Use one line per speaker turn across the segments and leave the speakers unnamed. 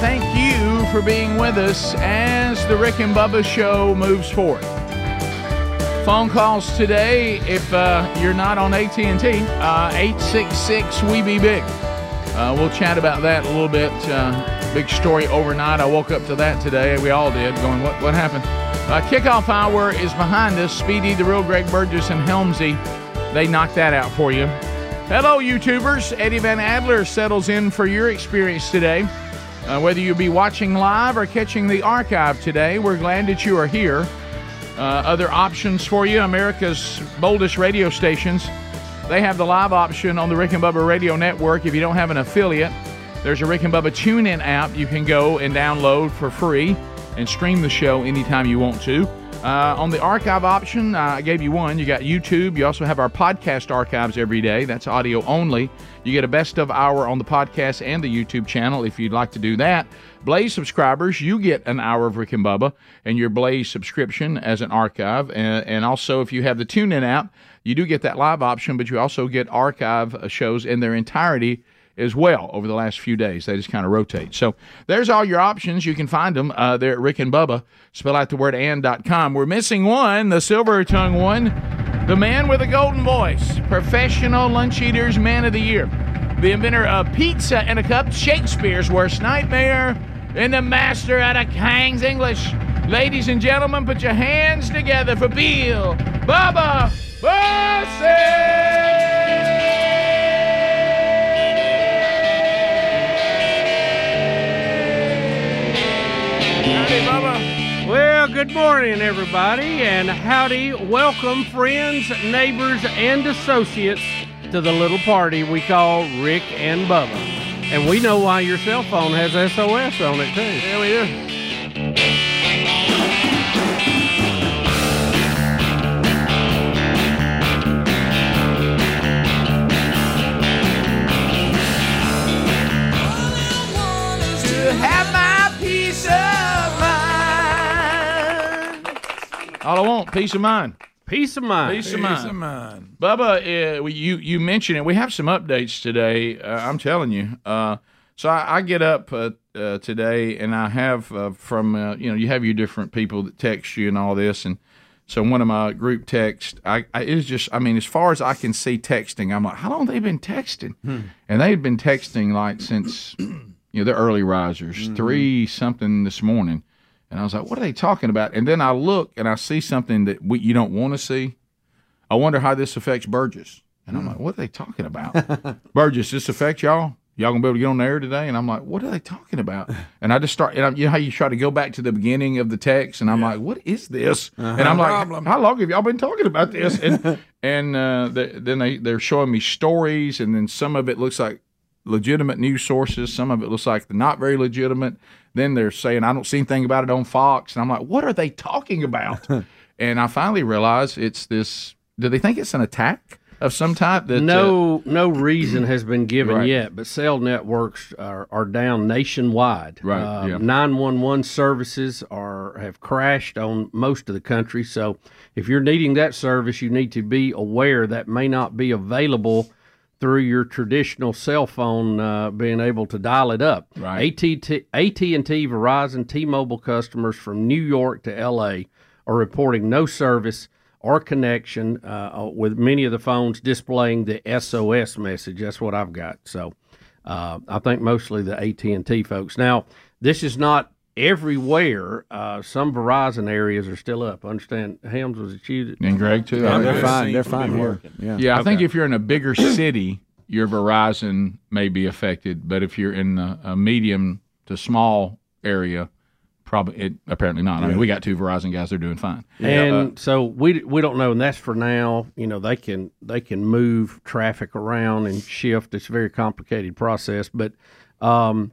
Thank you for being with us as the Rick and Bubba show moves forward. Phone calls today, if uh, you're not on AT&T, uh, 866 We Be Big. Uh, we'll chat about that a little bit. Uh, big story overnight. I woke up to that today. We all did, going, what, what happened? Uh, kickoff hour is behind us. Speedy, the real Greg Burgess, and Helmsy. They knocked that out for you. Hello, YouTubers. Eddie Van Adler settles in for your experience today. Uh, whether you be watching live or catching the archive today, we're glad that you are here. Uh, other options for you America's boldest radio stations. They have the live option on the Rick and Bubba Radio Network. If you don't have an affiliate, there's a Rick and Bubba tune in app you can go and download for free and stream the show anytime you want to. Uh, on the archive option, uh, I gave you one. You got YouTube. You also have our podcast archives every day. That's audio only. You get a best of hour on the podcast and the YouTube channel if you'd like to do that. Blaze subscribers, you get an hour of Rick and Bubba and your Blaze subscription as an archive. And, and also, if you have the TuneIn app, you do get that live option, but you also get archive uh, shows in their entirety as well over the last few days. They just kind of rotate. So there's all your options. You can find them uh, there at Rick and Bubba. Spell out the word and.com. We're missing one, the silver tongue one, the man with a golden voice, professional lunch eaters, man of the year, the inventor of pizza and a cup, Shakespeare's worst nightmare, and the master at a Kang's English. Ladies and gentlemen, put your hands together for Bill Bubba Bussey! Howdy, Bubba.
Well, good morning, everybody, and howdy. Welcome, friends, neighbors, and associates to the little party we call Rick and Bubba. And we know why your cell phone has SOS on it, too.
Here we do. To have my peace of mind. All I want, peace of mind.
Peace of mind.
Peace of mind. Bubba, uh, we- you you mentioned it. We have some updates today. Uh, I'm telling you. Uh, so I, I get up uh, uh, today, and I have uh, from uh, you know you have your different people that text you and all this, and so one of my group text, I, I it is just I mean as far as I can see texting, I'm like how long they been texting,
Hmm.
and they've been texting like since you know the early risers, three something this morning. And I was like, "What are they talking about?" And then I look and I see something that we, you don't want to see. I wonder how this affects Burgess. And I'm like, what are they talking about? Burgess, this affect y'all? Y'all gonna be able to get on the air today? And I'm like, what are they talking about? And I just start, and I'm, you know how you try to go back to the beginning of the text, and I'm like, what is this? And
Uh-huh.
I'm like, how long have y'all been talking about this? And and uh, th- then they they're showing me stories, and then some of it looks like legitimate news sources, some of it looks like they're not very legitimate. Then they're saying I don't see anything about it on Fox, and I'm like, what are they talking about? and I finally realize it's this. Do they think it's an attack of some type? That uh,
No, no reason has been given
Right.
yet, but cell networks are, are down nationwide. Um,
Right, yeah.
Nine one one services are have crashed on most of the country. So, if you're needing that service, you need to be aware that may not be available through your traditional cell phone uh, being able to dial it up.
Right.
AT&T, AT&T, Verizon, T-Mobile customers from New York to L.A. are reporting no service or connection uh, with many of the phones displaying the SOS message. That's what I've got. So uh, I think mostly the AT&T folks. Now, this is not everywhere. Uh, some Verizon areas are still up. Understand, Helms, was it you? that-
and Greg too. I
they're
guess.
fine. They're fine here. Yeah.
Yeah, I think if you're in a bigger city, your Verizon may be affected, but if you're in a, a medium to small area, probably it apparently not. I mean, we got two Verizon guys; they're doing fine.
and so we we don't know, and that's for now. You know, they can they can move traffic around and shift. It's a very complicated process, but um,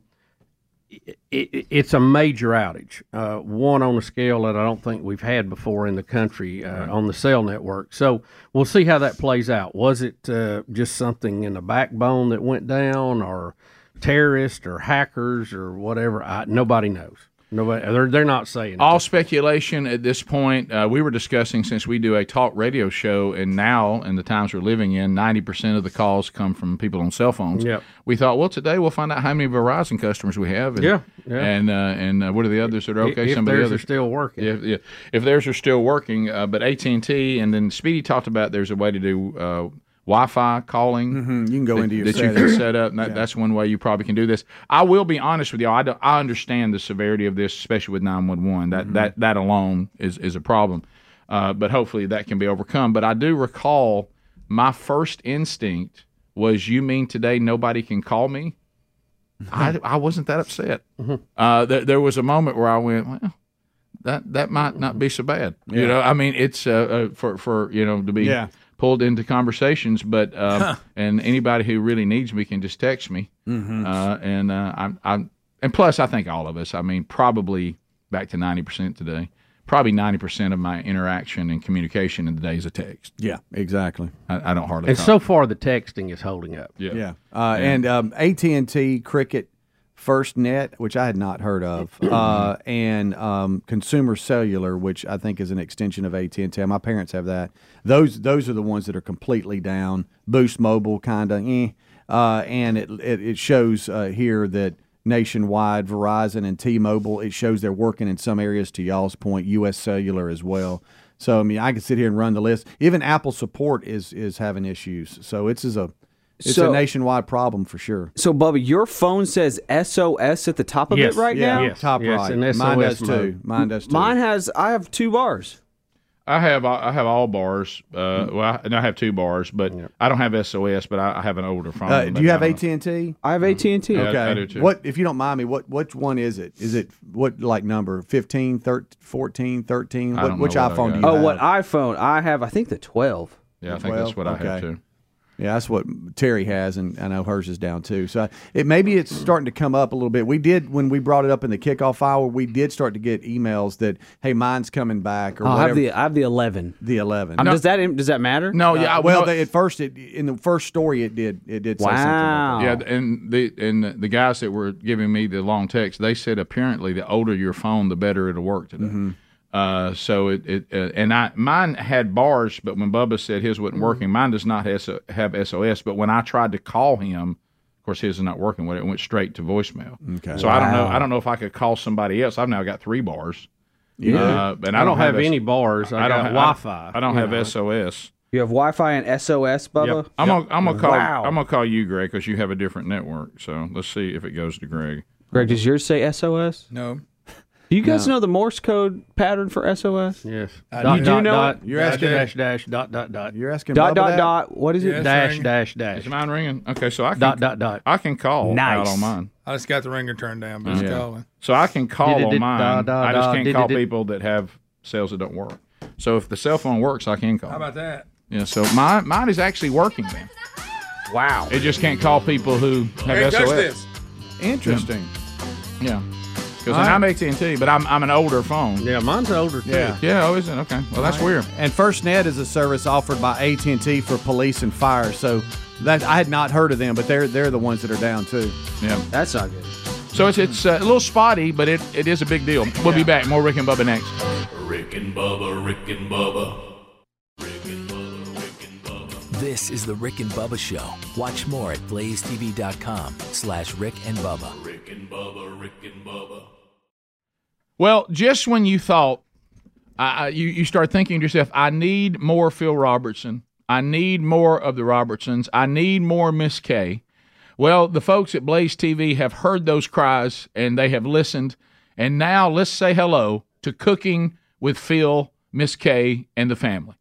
it, it's a major outage, uh, one on a scale that I don't think we've had before in the country uh, on the cell network. So we'll see how that plays out. Was it uh, just something in the backbone that went down, or terrorists, or hackers, or whatever? I, nobody knows. Nobody. They're they're not saying.
All speculation at this point. Uh, we were discussing since we do a talk radio show, and now in the times we're living in, ninety percent of the calls come from people on cell phones.
Yep.
We thought, well, today we'll find out how many Verizon customers we have. And,
Yeah, yeah.
And uh, and uh, what are the others that are okay?
if
some of the
theirs are
others.
still working.
If, if, if theirs are still working, uh, but AT and T, and then Speedy talked about there's a way to do uh, Wi-Fi calling
Mm-hmm. You can go into your
that you
settings.
can set up. That, That's one way you probably can do this. I will be honest with you. I, do- I understand the severity of this, especially with nine one one.
Mm-hmm.
That that that alone is is a problem. Uh, but hopefully that can be overcome. But I do recall my first instinct was, "You mean today nobody can call me?"
Mm-hmm.
I, I wasn't that upset. Uh, there, there was a moment where I went, "Well, that that might not be so bad." You know, I mean, it's uh, uh, for for you know to be
Yeah.
pulled into conversations, but um, and anybody who really needs me can just text me.
Mm.
Uh, and uh, I'm, I'm and plus I think all of us. I mean, probably back to ninety percent today. Probably ninety percent of my interaction and communication in the day is a text.
Yeah, exactly.
I, I don't hardly.
and
talk.
so far, the texting is holding up.
yeah.
Yeah, uh, and um, AT and T, Cricket, First Net, which I had not heard of, uh, and um, Consumer Cellular, which I think is an extension of AT and T. My parents have that. Those those are the ones that are completely down. Boost Mobile, kind of, eh. uh, and it it, it shows uh, here that. Nationwide, Verizon and T-Mobile. It shows they're working in some areas. To y'all's point, U.S. Cellular as well. So I mean, I can sit here and run the list. Even Apple support is is having issues. So it's is a it's
So-
a nationwide problem for sure.
So, Bubba, your phone says SOS at the top of
Yes.
it right
Yeah.
now.
Yes.
Top
Yes,
right.
and
Mine
SOS
does
mode.
too. Mine does too.
Mine has. I have two bars.
I have I have all bars. Uh,
Mm.
well, I, and I have two bars, but I don't have SOS. But I, I have an older phone.
uh, do you have AT
eighteen?
and T?
I have AT and T.
Yeah. I do, too.
What if you don't mind me? What which one is it? Is it what like number 15, 13, 14, 13?
I
What,
don't
which
know what I
iPhone
got.
do you
Oh,
have?
what iPhone? I have. I think the 12.
Yeah, I think that's what
Well,
I have
okay.
too.
Yeah, that's what Terry has, and I know hers is down too. So it maybe it's starting to come up a little bit. We did when we brought it up in the kickoff hour. We did start to get emails that hey, mine's coming back or
Oh, I have
whatever.
the. I have the 11.
the eleven.
Um, Does that does that matter?
No, yeah. I-
Uh, well,
no,
they, at first it in the first story it did it did say something.
Wow.
Like
Yeah, and the and the guys that were giving me the long text, they said apparently the older your phone, the better it'll work today. Uh, so it, it uh, and I mine had bars, but when Bubba said his wasn't working, mine does not has, have SOS. But when I tried to call him, of course his is not working. When it went straight to voicemail. Okay. So I don't know. I don't know if I could call somebody else. I've now got three bars. Yeah. Uh, and I,
I don't have
S-
any bars. I,
I don't
got
have
Wi-Fi.
I don't have SOS.
You have Wi-Fi and SOS, Bubba.
I'm gonna I'm gonna call
Wow.
I'm gonna call you Greg because you have a different network. So let's see if it goes to Greg.
Greg, does yours say SOS?
No.
Do you guys know the Morse code pattern for SOS?
Yes.
do. You
do know
dot,
it?
You're
asking-
dash dash dot dot dot.
that. You're asking
Dot
Bubba
dot
that?
dot. What is it?
Yes.
dash
ring.
dash
Is
dash
mine ringing? Okay, so I can
dot dot dot.
I can call
Nice.
out on mine.
I just got the ringer turned down, but it's calling.
So I can call on
Did-did-did,
mine.
da, da,
I just
da,
can't call
did-did-did.
people that have sales that don't work. So if the cell phone works, I can
How
call.
about that?
Yeah. So mine mine is actually working. Then
Wow.
it just can't call people who
Hey,
have
touch
SOS.
this.
Interesting.
Yeah. Because I'm AT and T, but I'm I'm an older phone. Yeah.
Yeah, mine's older too.
Yeah.
oh, is it? Okay. Well, that's weird.
And FirstNet is a service offered by AT and T for police and fire. So that I had not heard of them, but they're they're the ones that are down too.
Yeah.
That's not good.
So it's it's uh, a little spotty, but it, it is a big deal. We'll be back. More Rick and Bubba next.
Rick and Bubba, Rick and Bubba. Rick and Bubba, Rick and Bubba.
This is the Rick and Bubba Show. Watch more at blazetv.com slash Rick and Bubba.
Rick and Bubba, Rick and Bubba.
Well, just when you thought, I, I, you you start thinking to yourself, I need more Phil Robertson. I need more of the Robertsons. I need more Miss K. Well, the folks at Blaze TV have heard those cries and they have listened. And now let's say hello to Cooking with Phil, Miss K, and the family.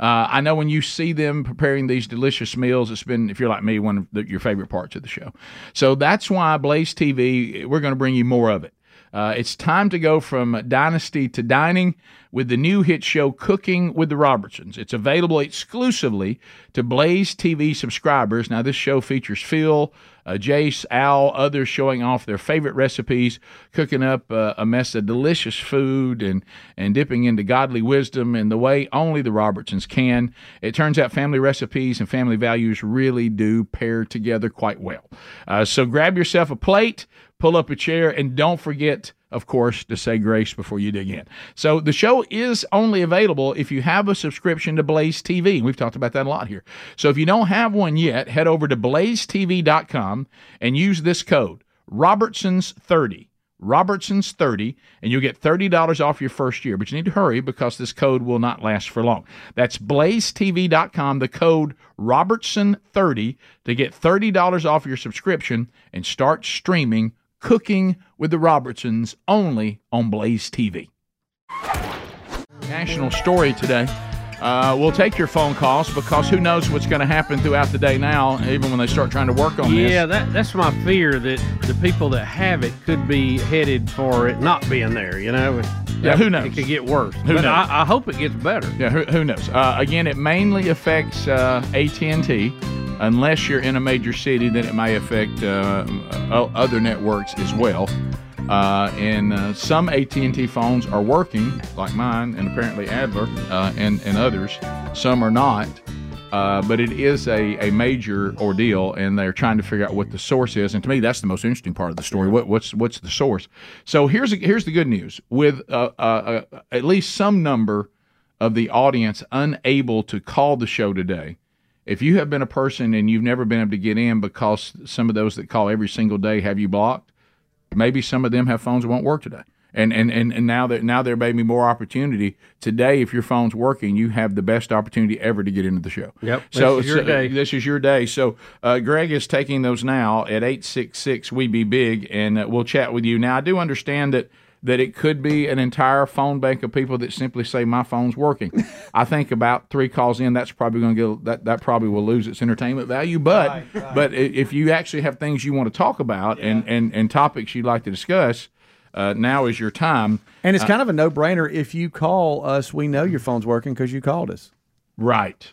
Uh, I know when you see them preparing these delicious meals, it's been, if you're like me, one of the, your favorite parts of the show. So that's why Blaze TV, we're going to bring you more of it. Uh, it's time to go from dynasty to dining with the new hit show Cooking with the Robertsons. It's available exclusively to Blaze TV subscribers. Now, this show features Phil, uh, Jace, Al, others showing off their favorite recipes, cooking up uh, a mess of delicious food, and and dipping into godly wisdom in the way only the Robertsons can. It turns out family recipes and family values really do pair together quite well. Uh, so grab yourself a plate, pull up a chair, and don't forget of course, to say grace before you dig in. So the show is only available if you have a subscription to Blaze TV. and We've talked about that a lot here. So if you don't have one yet, head over to blazetv.com and use this code Robertson's30. Robertson's 30, and you'll get $30 off your first year. But you need to hurry because this code will not last for long. That's blazetv.com, the code Robertson30 to get $30 off your subscription and start streaming Cooking with the Robertsons only on Blaze TV. National story today. Uh, we'll take your phone calls because who knows what's going to happen throughout the day now, even when they start trying to work on this.
Yeah, that, that's my fear that the people that have it could be headed for it not being there. You know,
Yeah, who knows?
It could get worse.
Who
but
knows?
I, I hope it gets better.
Yeah, who, who knows? Uh, again, it mainly affects uh, AT&T. Unless you're in a major city, then it may affect uh, o- other networks as well. Uh, and uh, some AT&T phones are working, like mine, and apparently Adler uh, and and others. Some are not. Uh, but it is a, a major ordeal, and they're trying to figure out what the source is. And to me, that's the most interesting part of the story. What, what's what's the source? So here's here's the good news: with uh, uh, uh, at least some number of the audience unable to call the show today. If you have been a person and you've never been able to get in because some of those that call every single day have you blocked, maybe some of them have phones that won't work today. And and and, and now that now there may be more opportunity today. If your phone's working, you have the best opportunity ever to get into the show.
Yep.
So
This is your
so-
day.
This is your day. So uh, Greg is taking those now at eight six six. We be big, and uh, we'll chat with you. Now I do understand that. That it could be an entire phone bank of people that simply say my phone's working. I think about three calls in, that's probably going to get that that probably will lose its entertainment value. But but i- if you actually have things you want to talk about and, and and topics you'd like to discuss, uh, now is your time. Uh,
And it's kind of a no brainer. If you call us, we know your phone's working because you called us.
Right.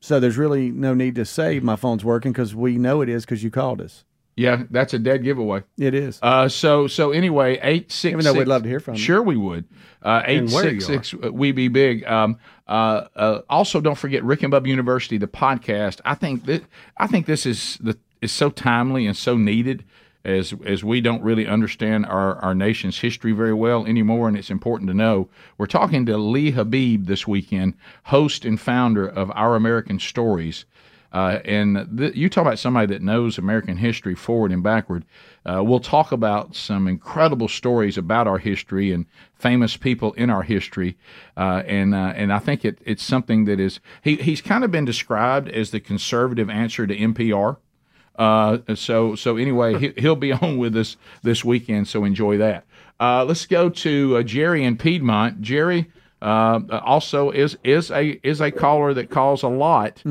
So there's really no need to say my phone's working because we know it is because you called us.
Yeah, that's a dead giveaway.
It is.
Uh, so so anyway, eight six.
Even though we'd love to hear from you.
Sure, we would. Uh, eight
And where you
six six. We be big. Um, uh, uh, also, don't forget Rick and Bub University, the podcast. I think that I think this is the is so timely and so needed. As, as we don't really understand our, our nation's history very well anymore, and it's important to know. We're talking to Lee Habib this weekend, host and founder of Our American Stories. Uh, and th- you talk about somebody that knows American history forward and backward. Uh, we'll talk about some incredible stories about our history and famous people in our history. Uh, and uh, and I think it, it's something that is he, he's kind of been described as the conservative answer to NPR. Uh, so so anyway, he, he'll be on with us this weekend. So enjoy that. Uh, let's go to uh, Jerry in Piedmont. Jerry uh, also is is a is a caller that calls a lot.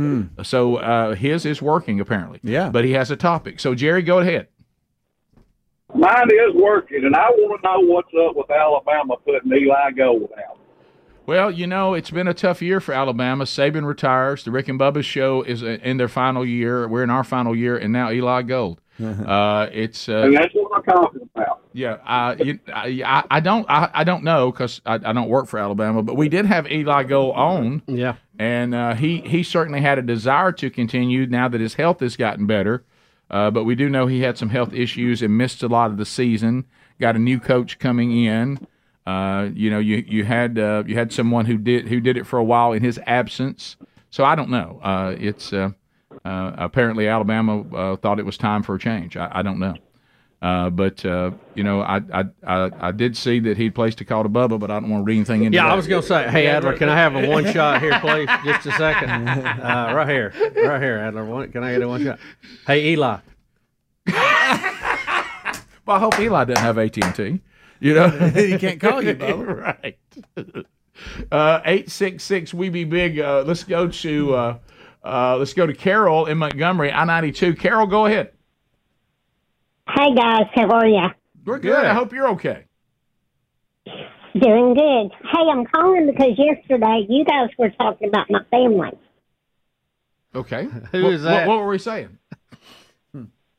So uh, his is working apparently.
Yeah.
but he has a topic. So Jerry, go ahead.
Mine is working, and I want to know what's up with Alabama putting Eli Gold out.
Well, you know, it's been a tough year for Alabama. Saban retires. The Rick and Bubba show is uh, in their final year. We're in our final year, and now Eli Gold. Uh, it's uh,
And that's what I'm talking about.
Yeah, I, you, I, I- I don't, I, I don't know because I, I don't work for Alabama, but we did have Eli go on,
Yeah.
and uh, he he certainly had a desire to continue now that his health has gotten better. Uh, but we do know he had some health issues and missed a lot of the season. Got a new coach coming in. Uh, you know, you you had uh, you had someone who did who did it for a while in his absence. So I don't know. Uh, it's uh, uh, apparently Alabama uh, thought it was time for a change. I, I don't know. Uh, but uh, you know, I, I I I did see that he placed a call to Bubba, but I don't want to read anything into
Yeah,
that.
I was gonna say, hey Adler, can I have a one shot here, please? Just a second, uh, right here, right here, Adler. One, can I get a one shot? Hey Eli,
Well, I hope Eli doesn't have AT and T. You know,
he can't call you, Bubba.
right? Uh, Eight six six, we be big. Uh, let's go to uh, uh, let's go to Carol in Montgomery, I ninety two. Carol, go ahead.
Hi guys, how are ya?
We're good. I hope you're okay.
Doing good. Hey, I'm calling because yesterday you guys were talking about my family.
Okay.
Who
What-
is that?
What, what were we saying?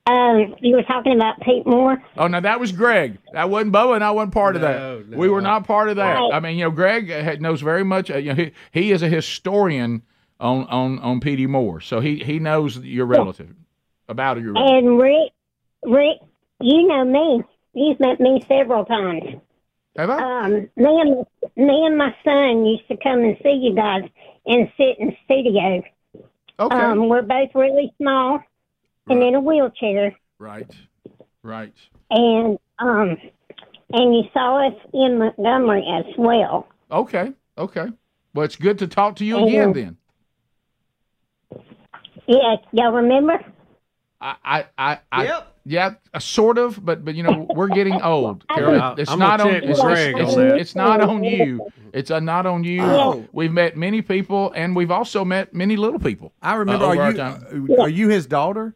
Um, you were talking about Pete Moore.
Oh, no, that was Greg. That wasn't Bubba, and I wasn't part of
No,
that.
no.
we were not part of that.
Right.
I mean, you know, Greg uh, had- knows very much. uh, you know, he, he is a historian on on on P.D. Moore, so he he knows your relative about your. relative.
And Rick, Rick, you know me. You've met me several times.
Have I?
Um, me and me and my son used to come and see you guys and sit in the studio.
Okay.
Um, we're both really small and in a wheelchair,
right. Right.
and um, and you saw us in Montgomery as well.
Okay. Okay. Well, it's good to talk to you
Oh,
again.
yeah.
Then
Yeah, y'all remember?
I I I, I yeah, uh, sort of, but but you know, we're getting old. Carol.
Yeah,
it's
I'm
not
gonna
on
check
it's,
with
it's-
Greg on
it's-
that.
it's not on you. It's uh, not on you.
Oh.
We've met many people, and we've also met many little people.
I remember.
Uh, over
are
our
you
time.
uh, are you his daughter?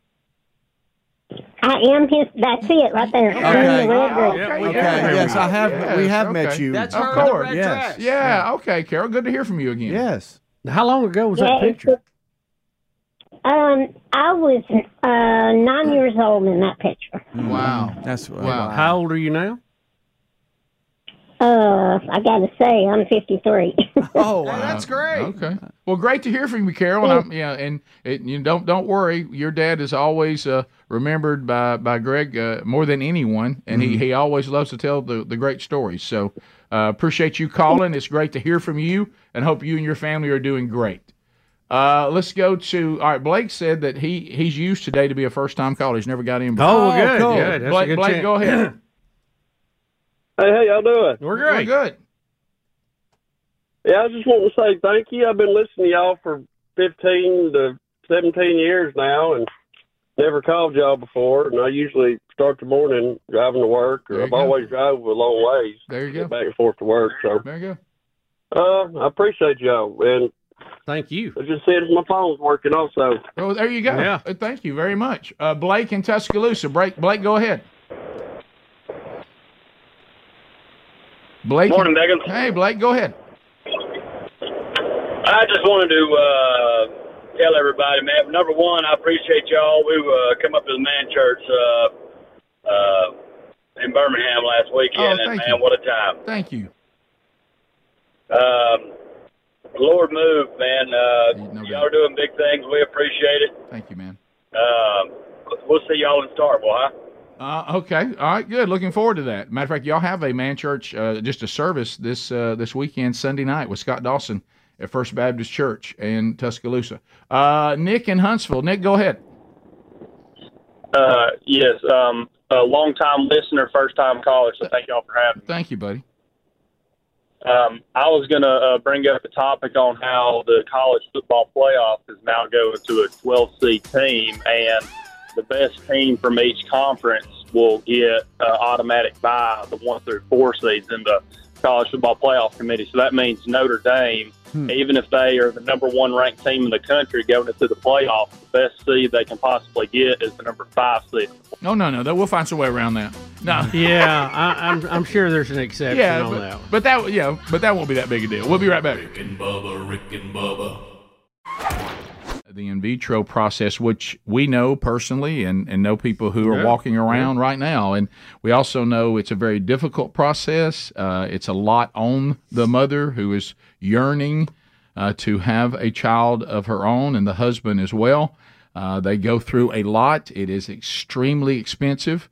I am his. That's it, right there. I'm
Okay.
the little girl.
Yeah,
Okay.
we-
Yes, I have. we
Yes,
have met
okay.
you.
That's
Of
her. in the
course,
red
yes.
dress.
Yeah. Okay, Carol. Good to hear from you again.
Yes.
How long ago was that
Yeah, it's
picture?
the- Um, I was uh, nine years old in that picture.
Wow.
That's wow.
How old are you now?
Uh, I gotta say, I'm 53.
Oh,
Hey,
wow.
that's great.
Okay. Well, great to hear from you, Carol. And I'm, yeah, and it, you don't don't worry. Your dad is always uh, remembered by by Greg uh, more than anyone, and
Mm-hmm.
he, he always loves to tell the, the great stories. So uh, appreciate you calling. It's great to hear from you, and hope you and your family are doing great. Uh, let's go to all right. Blake said that he he's used today to be a first time caller. He's never got in. before.
Oh, good,
cool.
good. That's
Blake,
a good
Blake,
chance.
go ahead.
Hey, how y'all doing?
We're
We're
great.
good.
Yeah, I just want to say thank you. I've been listening to y'all for 15 to 17 years now and never called y'all before. And I usually start the morning driving to work,
There
or
you
I've
go.
always drove a long ways
There you
get
go.
back and forth to work. So
There you go.
uh, I appreciate y'all. And
Thank you.
I just said my phone's working also.
Well, there you go.
Yeah.
Uh, Thank you very much, uh, Blake in Tuscaloosa. Blake, Blake, go ahead. Blake.
Morning, Megan.
Hey, Blake, go ahead.
I just wanted to uh, tell everybody, man. Number one, I appreciate y'all. We uh, come up to the Man Church uh, uh, in Birmingham last weekend,
Oh,
and
thank
man,
you.
what a time!
Thank you.
Um, the Lord move, man.
Yeah, no
Uh, y'all
doubt.
are doing big things. We appreciate it.
Thank you, man.
Um, we'll see y'all in Starville, huh?
Uh, okay. All right. Good. Looking forward to that. Matter of fact, y'all have a man church, uh, just a service this uh, this weekend, Sunday night with Scott Dawson at First Baptist Church in Tuscaloosa. Uh, Nick in Huntsville. Nick, go ahead.
Uh, yes. Um, a long time listener, first time caller. So thank y'all for having me.
Thank you, buddy.
Um, I was going to uh, bring up a topic on how the college football playoff is now going to a 12 seed team, and the best team from each conference will get uh, automatic by the one through four seeds in the college football playoff committee. So that means Notre Dame,
Hmm.
even if they are the number one ranked team in the country going into the playoff, the best seed they can possibly get is the number five seed.
No, no, no. We'll find some way around that. No.
Yeah, I, I'm, I'm sure there's an exception
Yeah,
on
but,
that one.
but that yeah, but that won't be that big a deal. We'll be right back.
Rick and Bubba, Rick and Bubba.
the in vitro process, which we know personally and, and know people who are
Yeah,
walking around right now. And we also know it's a very difficult process. Uh, it's a lot on the mother who is yearning uh, to have a child of her own and the husband as well. Uh, they go through a lot, it is extremely expensive.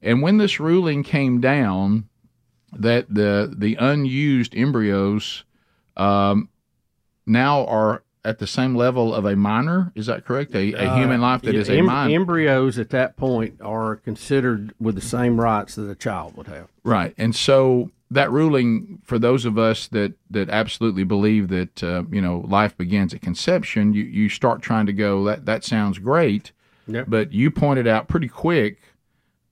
And when this ruling came down that the, the unused embryos um, now are at the same level of a minor. Is that correct? A, a human life that
Uh, Yeah,
is a
em-
minor.
Embryos at that point are considered with the same rights that a child would have.
Right, and so that ruling for those of us that that absolutely believe that uh, you know life begins at conception, you you start trying to go that that sounds great,
Yep.
but you pointed out pretty quick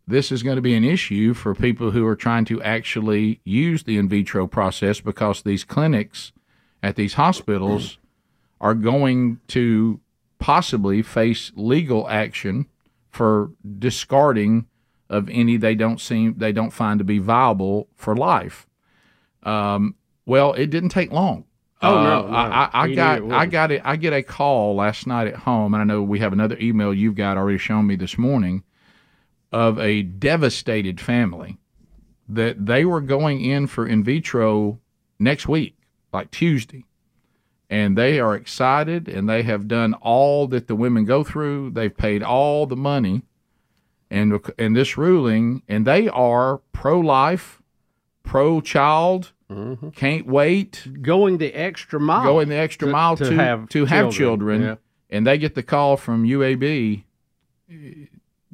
this is going to be an issue for people who are trying to actually use the in vitro process because these clinics at these hospitals are going to possibly face legal action for discarding of any they don't seem they don't find to be viable for life. Um, well, it didn't take long.
Oh, no,
Uh,
no.
I, I, I
We knew it
got
wouldn't.
I got it. I get a call last night at home, and I know we have another email you've got already shown me this morning of a devastated family that they were going in for in vitro next week, like Tuesday. And they are excited and they have done all that the women go through. They've paid all the money. And and this ruling, and they are pro life, pro child,
Mm-hmm.
can't wait,
Going the extra mile.
going the extra
to-
mile
to
to,
have
to have
children.
children.
Yeah.
And they get the call from UAB eh,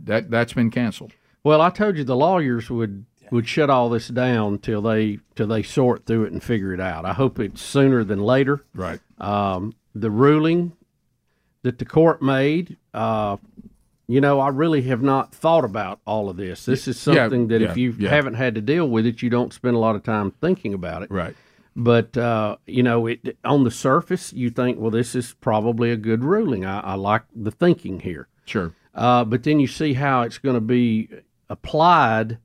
that that's been canceled.
Well, I told you the lawyers would would shut all this down till they till they sort through it and figure it out. I hope it's sooner than later.
Right.
Um, the ruling that the court made, uh, you know, I really have not thought about all of this. This is
Yeah,
something that
yeah,
if you
yeah.
haven't had to deal with it, you don't spend a lot of time thinking about it.
Right.
But uh, you know, it on the surface, you think, well, this is probably a good ruling. I, I like the thinking here.
Sure.
Uh, but then you see how it's going to be applied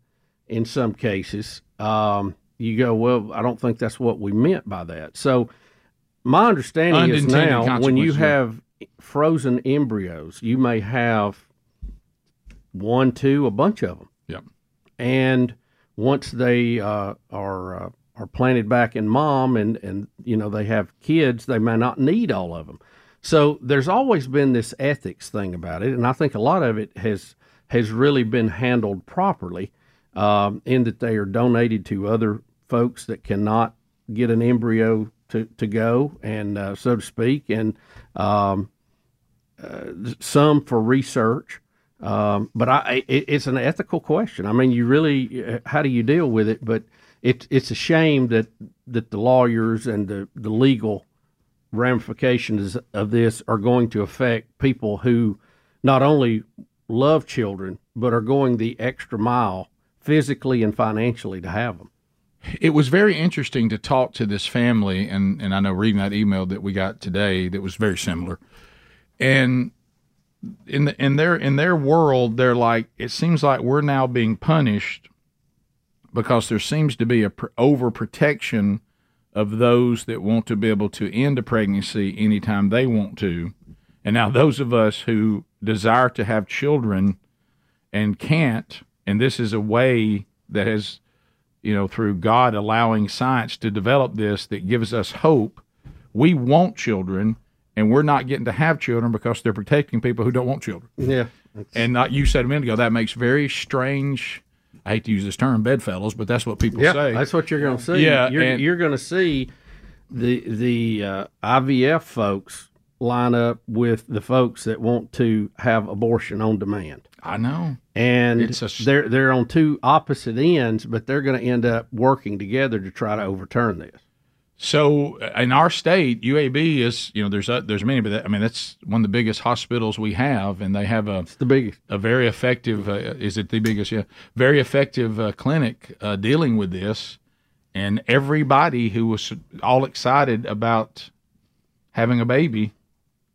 in some cases. Um, you go, well, I don't think that's what we meant by that. So my understanding is
Unintended
now when you
consequences, yeah.
have frozen embryos, you may have one, two, a bunch of them.
Yep.
And once they uh, are uh, are planted back in mom, and and you know they have kids, they may not need all of them. So there's always been this ethics thing about it, and I think a lot of it has has really been handled properly, um, in that they are donated to other folks that cannot get an embryo to to go, and uh, so to speak, and um, uh, some for research. Um, but I, it, it's an ethical question. I mean, you really, uh, how do you deal with it? But it's it's a shame that that the lawyers and the, the legal ramifications of this are going to affect people who not only love children but are going the extra mile physically and financially to have them.
It was very interesting to talk to this family, and and I know reading that email that we got today that was very similar, and in the in their in their world, they're like it seems like we're now being punished because there seems to be a pr- overprotection of those that want to be able to end a pregnancy anytime they want to, and now those of us who desire to have children and can't, and this is a way that has you know, through God allowing science to develop this that gives us hope. We want children, and we're not getting to have children because they're protecting people who don't want children.
Yeah.
And not you said a minute ago, that makes very strange. I hate to use this term, bedfellows, but that's what people say.
That's what you're going to see.
Yeah,
you're,
and-
you're going to see the the uh, IVF folks line up with the folks that want to have abortion on demand,
I know.
and
It's a s-
they're they're on two opposite ends, but they're going to end up working together to try to overturn this.
So uh, in our state, UAB is you know there's uh there's many, but that, I mean that's one of the biggest hospitals we have, and they have a
It's the biggest.
a very effective uh, is it the biggest yeah very effective uh, clinic uh, dealing with this and everybody who was all excited about having a baby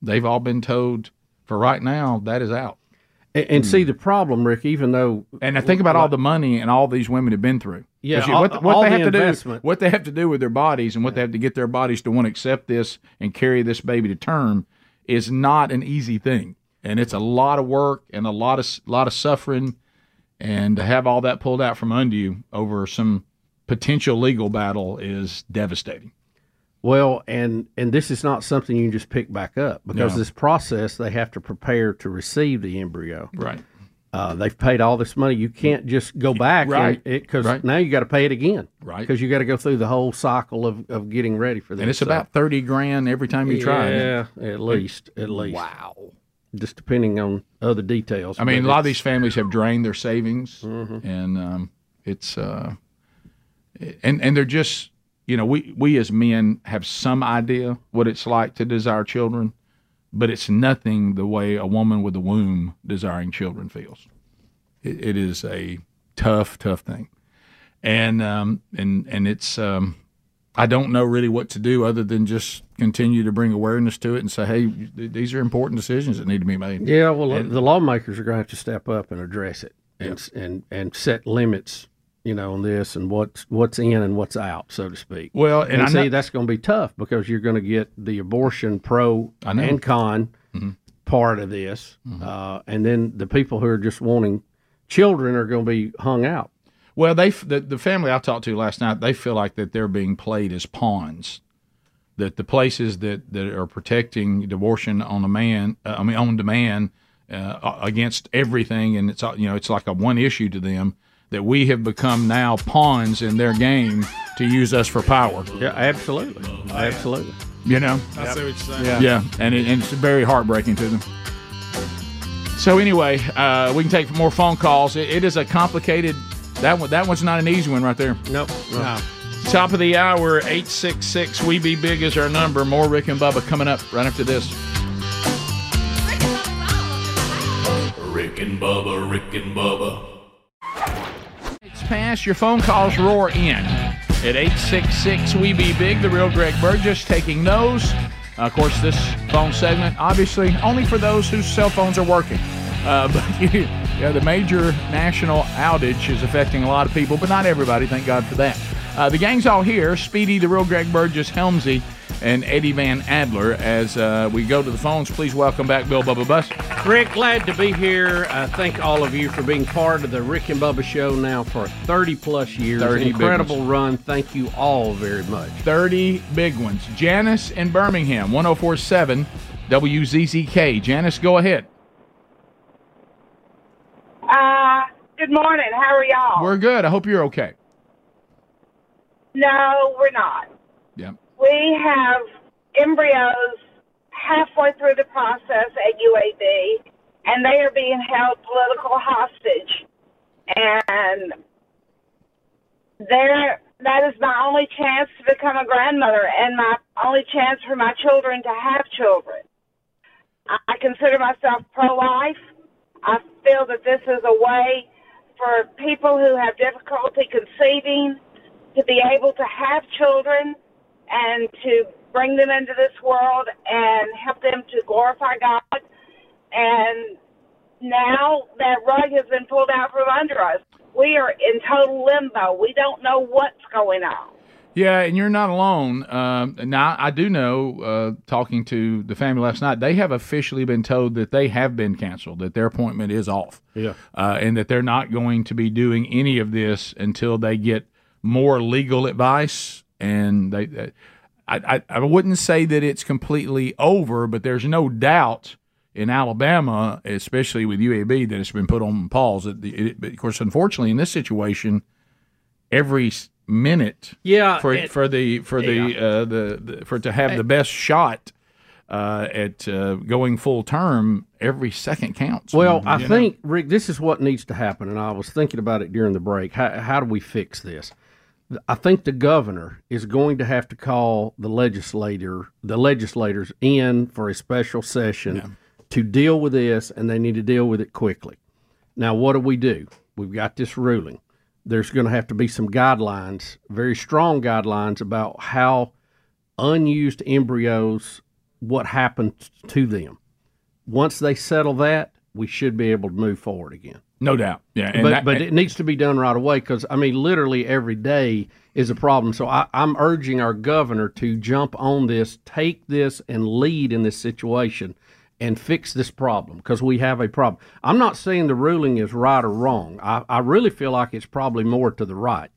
they've all been told for right now that is out
And, and see the problem, Rick. Even though
Hmm. and I think about all the money and all these women have been through
Yeah,
'Cause
all-
what, what
all
they
the
have to do
investment.
what they have to do with their bodies and what they have to get their bodies to want to accept this and carry this baby to term is not an easy thing and it's a lot of work and a lot of s- lot of suffering and to have all that pulled out from under you over some potential legal battle is devastating
Well, and and this is not something you can just pick back up because
No.
this process they have to prepare to receive the embryo.
right
Uh, they've paid all this money. You can't just go back
Right,
because
right.
now you got to pay it again.
Right.
Because you got to go through the whole cycle of, of getting ready for this.
and it's
So-
about 30 grand every time you try it
Yeah, at least, at least. Wow. Just depending on other details.
I mean,
but
a lot of
it's-
these families have drained their savings,
Mm-hmm.
and um, it's uh, and and they're just you know we we as men have some idea what it's like to desire children, but it's nothing the way a woman with a womb desiring children feels. It, it is a tough, tough thing, and um, and and it's. Um, I don't know really what to do other than just continue to bring awareness to it and say, hey, th- these are important decisions that need to be made.
Yeah, well, the lawmakers are going to have to step up and address it and and and set limits you know, on this and what's what's in and what's out, so to speak.
Well, and I
see,
know-
that's going to be tough because you're going to get the abortion pro
I know. Mm-hmm.
and con part of this, uh, and then the people who are just wanting children are going to be hung out.
Well, they f- the, the family I talked to last night, they feel like that they're being played as pawns. That the places that, that are protecting abortion on demand, uh, I mean on demand, uh, a- against everything, and it's uh, you know it's like a one issue to them. That we have become now pawns in their game to use us for power.
Yeah, absolutely, absolutely.
You know.
I see what you're saying.
Yeah, and, it, and it's very heartbreaking to them. So anyway, uh, we can take more phone calls. It, it is a complicated that one. That one's not an easy one right there.
Nope.
No.
Top of the hour, eight six six. We be big is our number. More Rick and Bubba coming up right after this.
Rick and Bubba, Rick and Bubba.
It's past. Your phone calls roar in at 866 We Be Big. The real Greg Burgess taking those. Uh, of course, this phone segment, obviously, only for those whose cell phones are working. Uh, but you, yeah, the major national outage is affecting a lot of people, but not everybody. Thank God for that. Uh, the gang's all here Speedy, the real Greg Burgess, Helmsy, and Eddie Van Adler. As uh, we go to the phones, please welcome back Bill Bubba Bus.
Rick, glad to be here. I thank all of you for being part of the Rick and Bubba Show now for 30 plus years.
30 big
Incredible run. Thank you all very much.
30 big ones. Janice in Birmingham, 1047 WZZK. Janice, go ahead.
Uh, good morning. How are y'all?
We're good. I hope you're okay.
no, we're not.
Yeah.
We have embryos halfway through the process at UAB, and they are being held political hostage. And there, that is my only chance to become a grandmother, and my only chance for my children to have children. I I consider myself pro-life. I feel that this is a way for people who have difficulty conceiving to be able to have children and to bring them into this world and help them to glorify God. And now that rug has been pulled out from under us. We are in total limbo. We don't know what's going on.
Yeah, and you're not alone. Um, now, I do know, uh, talking to the family last night, they have officially been told that they have been canceled, that their appointment is off,
Yeah.
uh, and that they're not going to be doing any of this until they get more legal advice. And they, they I, I, I wouldn't say that it's completely over, but there's no doubt in Alabama, especially with UAB, that it's been put on pause. It, it, but of course, unfortunately, in this situation, every s- minute
Yeah.
for
it-
for the for the, uh, the the for it to have the best shot uh, at uh, going full term, every second counts.
Well, I
You know?
think Rick, this is what needs to happen, and I was thinking about it during the break. How, how do we fix this? I think the governor is going to have to call the legislator, the legislators in for a special session to deal with this, and they need to deal with it quickly. Now, what do we do? We've got this ruling. There's going to have to be some guidelines, very strong guidelines about how unused embryos, what happens to them once they settle that, we should be able to move forward again.
no doubt. Yeah, and
But
that-
but it needs to be done right away because I mean, literally every day is a problem. So I, I'm urging our governor to jump on this, take this, and lead in this situation. And fix this problem because we have a problem. I'm not saying the ruling is right or wrong. I, I really feel like it's probably more to the right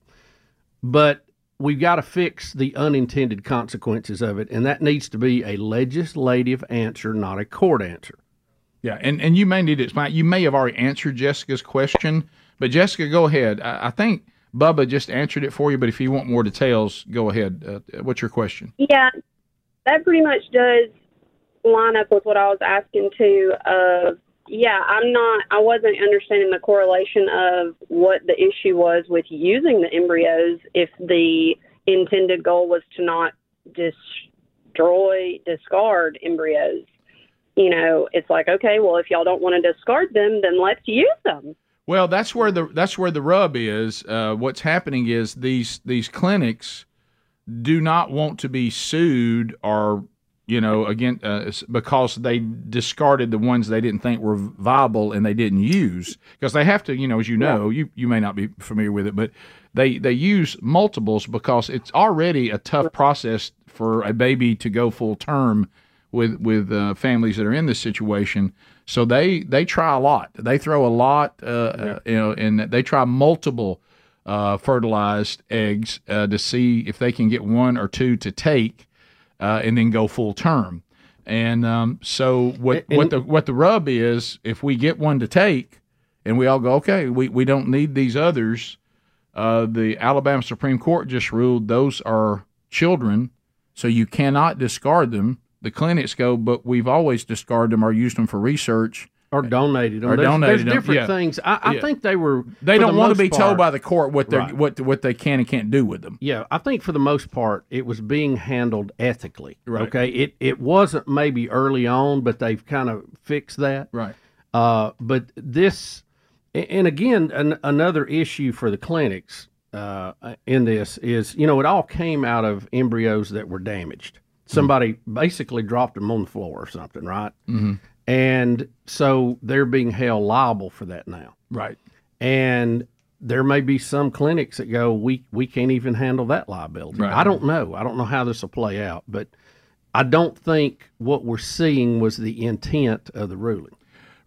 but we've got to fix the unintended consequences of it, and that needs to be a legislative answer, not a court answer.
yeah, and and you may need to explain. You may have already answered Jessica's question, but Jessica, go ahead. I, I think Bubba just answered it for you, but if you want more details, go ahead. Uh, what's your question?
Yeah, that pretty much does line up with what I was asking too. Of yeah, I'm not. I wasn't understanding the correlation of what the issue was with using the embryos if the intended goal was to not destroy, discard embryos. You know, it's like okay, well, if y'all don't want to discard them, then let's use them.
Well, that's where the that's where the rub is. Uh, what's happening is these these clinics do not want to be sued or you know, again, uh, s- because they discarded the ones they didn't think were viable and they didn't use because they have to, you know, as you know, you you may not be familiar with it, but they they use multiples because it's already a tough process for a baby to go full term with with uh, families that are in this situation. So they they try a lot. They throw a lot, uh, uh, you know, and they try multiple uh, fertilized eggs uh, to see if they can get one or two to take, uh, and then go full term. And um, so what
And-
what the what the rub is if we get one to take, and we all go okay, we we don't need these others. Uh, the Alabama Supreme Court just ruled those are children, so you cannot discard them. The clinics go, but we've always discarded them or used them for research
or donated them.
Or
There's-
donated
there's
them.
different
yeah.
things. I, I
Yeah.
think they were.
They
for
don't
the
want to
most
be told
part-
by the court what they
Right.
are what what they can and can't do with them.
Yeah, I think for the most part, it was being handled ethically. Right. Okay. It it wasn't maybe early on, but they've kind of fixed that.
Right.
Uh, but this, a- and again, an, another issue for the clinics uh, in this is, you know, it all came out of embryos that were damaged.
Mm-hmm.
Somebody basically dropped them on the floor or something, right?
Mhm.
And so they're being held liable for that now.
Right.
And there may be some clinics that go, we we can't even handle that liability.
Right.
I don't know. I don't know how this will play out, but I don't think what we're seeing was the intent of the ruling.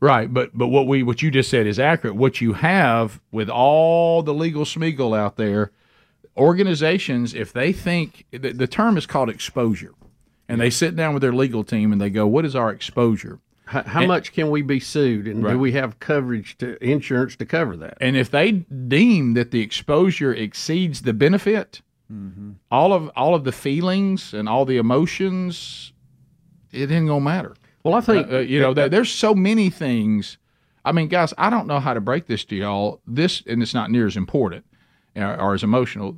Right, but but what we what you just said is accurate. What you have with all the legal smeagol out there, organizations, if they think the, the term is called exposure, and they sit down with their legal team and they go, "What is our exposure?
How, how
And-
much can we be sued, and
Right.
do we have coverage to insurance to cover that?
And if they deem that the exposure exceeds the benefit,
Mm-hmm.
all of all of the feelings and all the emotions, it ain't gonna matter. Uh,
Well, I think
you know there, there's so many things. I mean, guys, I don't know how to break this to y'all. This and it's not near as important uh, or, or as emotional.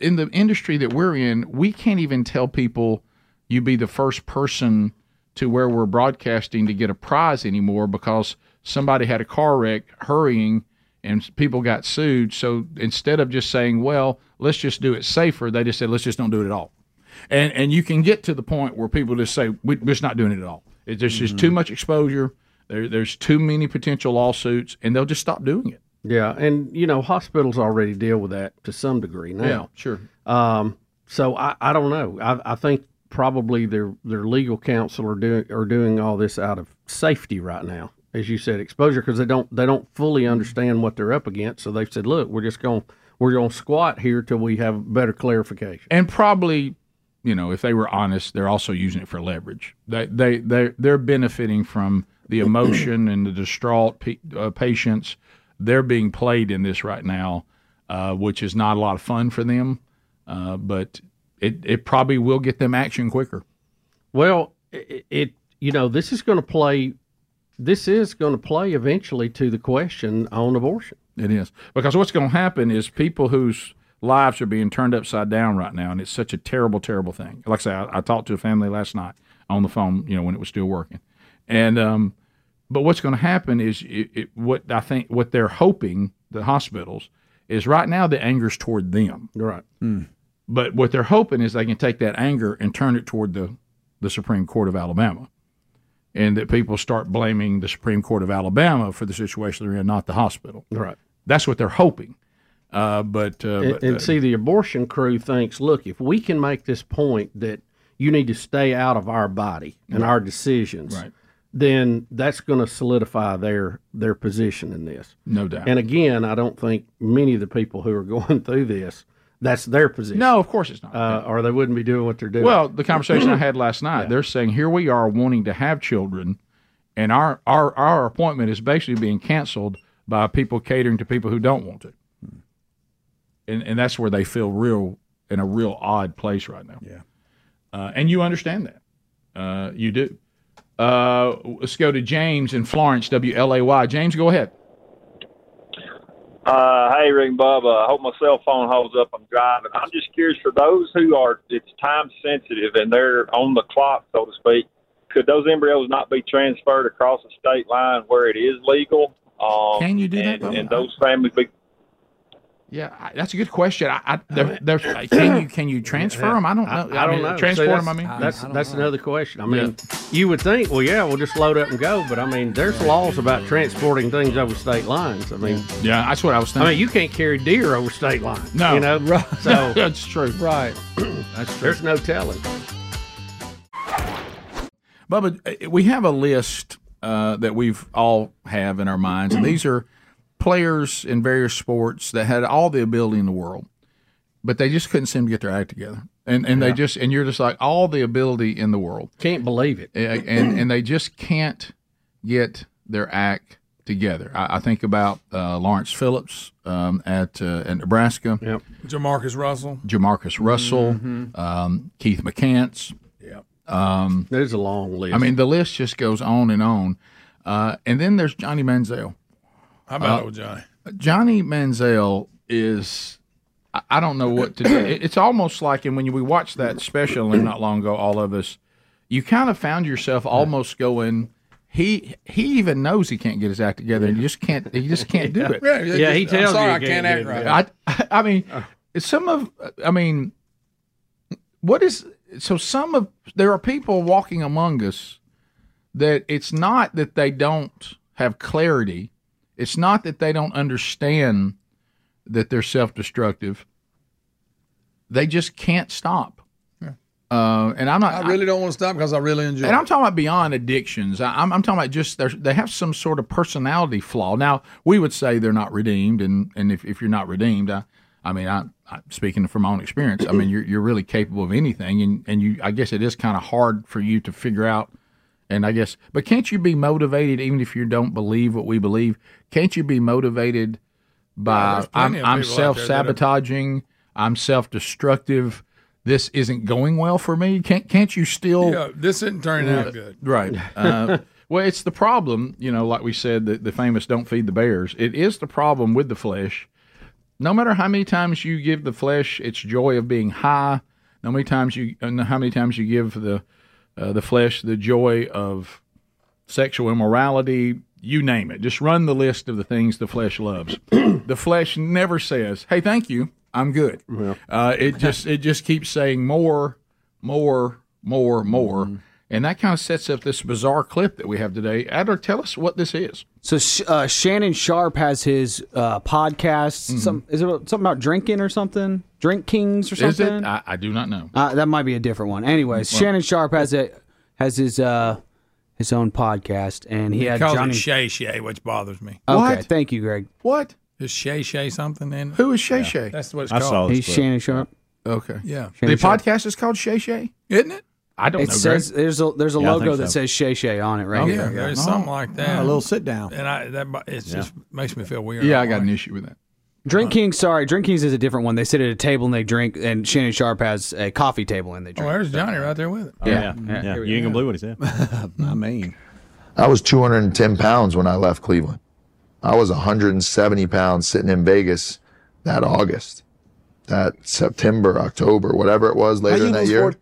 In the industry that we're in, we can't even tell people you be the first person to where we're broadcasting to get a prize anymore because somebody had a car wreck hurrying and people got sued. So instead of just saying, well, let's just do it safer, they just said, let's just don't do it at all. And and you can get to the point where people just say, we, we're just not doing it at all. It, there's just too much exposure. There, there's too many potential lawsuits, and they'll just stop doing it.
Yeah, and you know hospitals already deal with that to some degree now.
Yeah, sure.
Um, so I, I don't know. I, I think probably their their legal counsel are doing are doing all this out of safety right now, as you said, exposure because they don't they don't fully
Mm-hmm.
understand what they're up against. So they've said, look, we're just going we're going to squat here till we have better clarification.
And probably, you know, if they were honest, they're also using it for leverage. They they they they're benefiting from the emotion and the distraught pe- uh, patients. They're being played in this right now, uh, which is not a lot of fun for them, uh, but it it probably will get them action quicker.
Well, it, it you know this is going to play this is going to play eventually to the question on abortion.
It is because what's going to happen is people whose lives are being turned upside down right now, and it's such a terrible, terrible thing. Like I say, I, I talked to a family last night on the phone, you know, when it was still working, and um, but what's going to happen is it, it, what I think what they're hoping the hospitals is right now the anger's toward them,
right?
But what they're hoping is they can take that anger and turn it toward the the Supreme Court of Alabama. And that people start blaming the Supreme Court of Alabama for the situation they're in, not the hospital.
Right.
That's what they're hoping. Uh, but, uh,
and,
but,
and
uh,
see the abortion crew thinks look if we can make this point that you need to stay out of our body and our decisions
Right.
then that's going to solidify their their position in this
No doubt.
and again i don't think many of the people who are going through this that's their position
no of course it's not
uh, or they wouldn't be doing what they're doing
well, the conversation I had last night, they're saying here we are wanting to have children, and our, our our appointment is basically being canceled by people catering to people who don't want to.
Hmm.
And and that's where they feel real in a real odd place right now. Yeah. Uh, and you understand that. Uh, you do. Uh, let's go to James in Florence, W L A Y. James, go ahead.
Uh, hey, Rick and Bub. I hope my cell phone holds up. I'm driving. I'm just curious for those who are it's time sensitive and they're on the clock, so to speak. Could those embryos not be transferred across the state line where it is legal? Um,
Can you do
and,
that, Bubba?
And those families be.
Yeah, I, that's a good question. I, I, there, there's, can you can you transfer them? I don't know.
I, I don't
mean,
know.
Transport
See,
them. I mean,
that's that's another question. I
Yeah.
mean, you would think, well, yeah, we'll just load up and go. But I mean, there's laws about transporting things over state lines. I mean,
yeah, that's what I was
I
thinking.
mean, you can't carry deer over state lines.
No.
you know,
Right.
so
That's true. Right. That's true.
There's no telling.
Bubba, uh, we have a list uh, that we've all have in our minds, and these are players in various sports that had all the ability in the world, but they just couldn't seem to get their act together. And and they
Yeah.
just and you're just like all the ability in the world.
Can't believe it.
And and, and they just can't get their act together. I, I think about uh, Lawrence Phillips um, at uh, at Nebraska. Yep.
Jamarcus Russell.
Jamarcus Russell,
Mhm.
um, Keith McCants. Yeah. Um,
There's a long list.
I mean, the list just goes on and on. Uh, and then there's Johnny Manziel.
How about
Uh,
old Johnny?
Johnny Manziel is. I- I don't know what to do. It- It's almost like, and when you- we watched that special and not long ago, all of us, you kind of found yourself almost going, he he even knows he can't get his act together, and he just can't he just can't do it.
Yeah, yeah, I'm sorry, I can't Uh. act right.
I, I mean, some of, I mean, what is, so some of, there are people walking among us that it's not that they don't have clarity. It's not that they don't understand that they're self destructive. They just can't stop.
Yeah.
Uh, and I'm not,
I really don't want to stop because I really enjoy.
and I'm
it.
talking about beyond addictions. I, I'm, I'm talking about just they're- they have some sort of personality flaw. Now we would say they're not redeemed, and and if, if you're not redeemed, I, I mean, I, I speaking from my own experience, I mean, you're you're really capable of anything, and and you, I guess it is kind of hard for you to figure out. And I guess, but can't you be motivated even if you don't believe what we believe? Can't you be motivated
Yeah,
by
there's plenty
I'm,
of
I'm
people out there that are-
self sabotaging, I'm self destructive, this isn't going well for me? Can't can't you
Oh.
still?
yeah, this isn't turning out good.
Right. Uh, well, it's the problem, you know, like we said, the, the famous don't feed the bears. It is the problem with the flesh. No matter how many times you give the flesh its joy of being high, no many times you, and how many times you give the uh, the flesh the joy of sexual immorality, you name it. Just run the list of the things the flesh loves. the flesh never says, "Hey, thank you, I'm good." Uh, it just it just keeps saying more, more, more, more,
Mm-hmm.
and that kind of sets up this bizarre clip that we have today. Adler, tell us what this is.
So Sh- uh, Shannon Sharp has his uh, podcast.
Mm-hmm.
Some is it about- something about drinking or something? Drink Kings or
Is
something?
it? I, I do not know.
Uh, that might be a different one. Anyways, Shannon Sharp has a has his uh, his own podcast, and he,
He
had
calls
Johnny.
it Shay Shay, which bothers me.
okay, thank you, Greg.
What
is Shay Shay something? Then
Who is Shay Shay?
That's what it's
I
called.
saw this He's clip. Shannon Sharp.
Okay.
Yeah.
Shannon
the
Sharp.
podcast is called Shay Shay,
isn't it?
I don't
it
know. Greg.
Says, there's a there's a
Yeah, I
logo
think
that
so.
says Shay Shay on it right
Oh,
here.
yeah, there's something like that.
Yeah, a little
sit down.
And I that it just makes me feel weird.
Yeah,
I got an issue with that.
Drink Kings, sorry, Drink Kings is a different one. They sit at a table and they drink, and Shannon Sharp has a coffee table and they
Oh,
drink.
there's Johnny right there with it.
Yeah.
Oh, yeah.
Here we
You ain't gonna believe
what he said.
I mean,
I was 210 pounds when I left Cleveland. I was 170 pounds sitting in Vegas that August, that September, October, whatever it was later
you
in that
lose
year.
40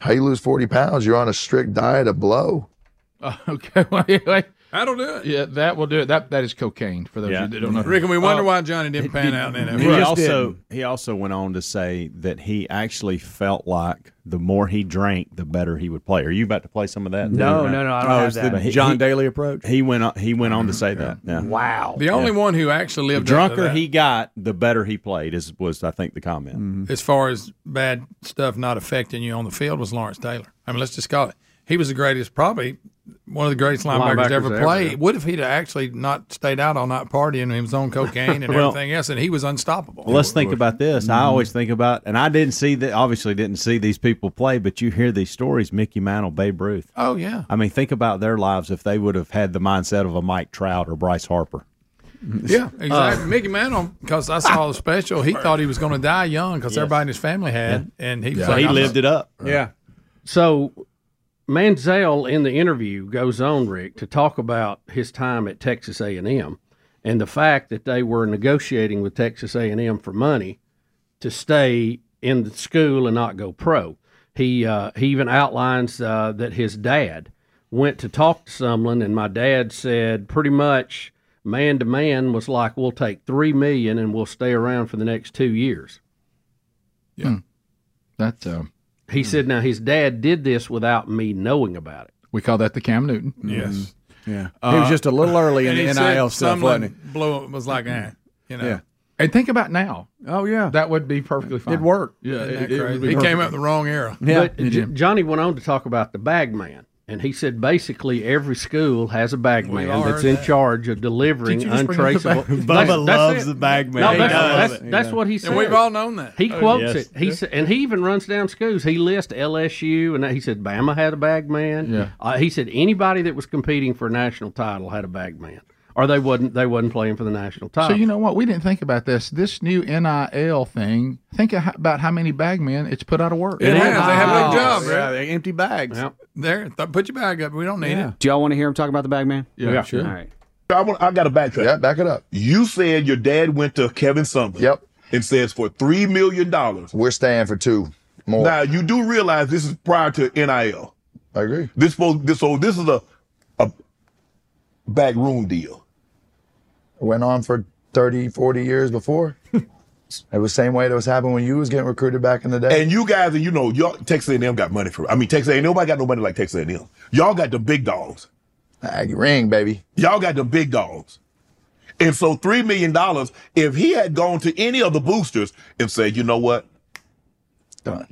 How you lose 40 pounds? You're on a strict diet of blow.
Uh, okay. Well, anyway.
That'll do it.
Yeah, that will do it. That that is cocaine for those
Yeah.
of you that don't know. Oh.
Rick, and we wonder why Johnny didn't pan out in it.
Right.
He
He
just
also-
didn't.
he
also went on to say that he actually felt like the more he drank, the better he would play. Are you about to play some of that?
No, no, no, I don't
Oh,
have
it's
that.
the
John
Daly
approach.
He went on, he went on to say that. Yeah.
Wow.
The only
Yeah.
one who actually
The
lived up to
drunker
that,
he got, the better he played. Is was I think the comment.
as far as bad stuff not affecting you on the field, was Lawrence Taylor. I mean, let's just call it. He was the greatest, probably one of the greatest linebackers,
Linebackers
ever
ever,
played.
yeah.
What if he'd actually not stayed out all night partying and he was on cocaine and
Well-
everything else, and he was unstoppable?
Well, mm-hmm. let's think about this. I always think about, and I didn't see that. Obviously, didn't see these people play, but you hear these stories: Mickey Mantle, Babe Ruth.
Oh yeah.
I mean, think about their lives if they would have had the mindset of a Mike Trout or Bryce Harper.
Yeah, exactly. Mickey Mantle, because I saw the special, he thought he was going to die young because everybody in his family had, and he was like, I'm not-
Yeah. So Manziel in the interview goes on, Rick, to talk about his time at Texas A and M and the fact that they were negotiating with Texas A and M for money to stay in the school and not go pro. He uh, he even outlines uh, that his dad went to talk to someone, and my dad said pretty much man to man was like, we'll take three million and we'll stay around for the next two years.
Yeah, that's. Uh,
Hmm.
he said. Now his dad did this without me knowing about it.
We call that the Cam Newton. Uh,
Yes.
Yeah.
He was just a little early
in
And
the
he said
NIL stuff,
something
wasn't he?
Blew was like, eh, you know.
Yeah. And think about now.
Oh yeah,
that would be perfectly fine.
It'd work.
Yeah,
Isn't that
it, it would
crazy?
be
He came
perfect.
out the wrong era.
But J- Johnny went on to talk about the bag man. And he said basically every school has a bag man
all
that's
heard
in
that.
charge of delivering
Did you just bring up the
untraceable.
bag-
That's-
Bubba
that's
loves
it.
the bag man.
No,
He
that's,
does.
that's-
He
that's
does.
what he
And
said.
we've all known that.
He
Oh,
quotes
yes.
it. He sa- and he even runs down schools. He lists LSU and he said Bama had a bag man.
Yeah.
Uh, he said anybody that was competing for a national title had a bag man, or they wasn't. They wasn't playing for the national title.
So you know what? We didn't think about this. This new NIL thing. Think a- about how many bagmen it's put out of work.
It has. They have
Oh,
no job,
Yeah,
right?
empty bags.
There, th- put your bag up. We don't need it.
Do y'all want to hear him talk about the bag man?
Yeah, Yeah. sure.
All right.
I want. I got to backtrack. Yeah, back it up. You said your dad went to Kevin Sumlin. Yep. And says for three million dollars.
We're staying for two more.
Now you do realize this is prior to NIL.
I agree.
This supposed this so this is a a backroom deal.
went on for 30, 40 years before. it was same way that was happening when you was getting recruited back in the day.
And you guys, and you know, y'all Texas A&M got money for. I mean, Texas A&M nobody got no money like Texas A&M. Y'all got the big dogs.
ring, baby.
Y'all got the big dogs. And so three million dollars, if he had gone to any of the boosters and said, you know what?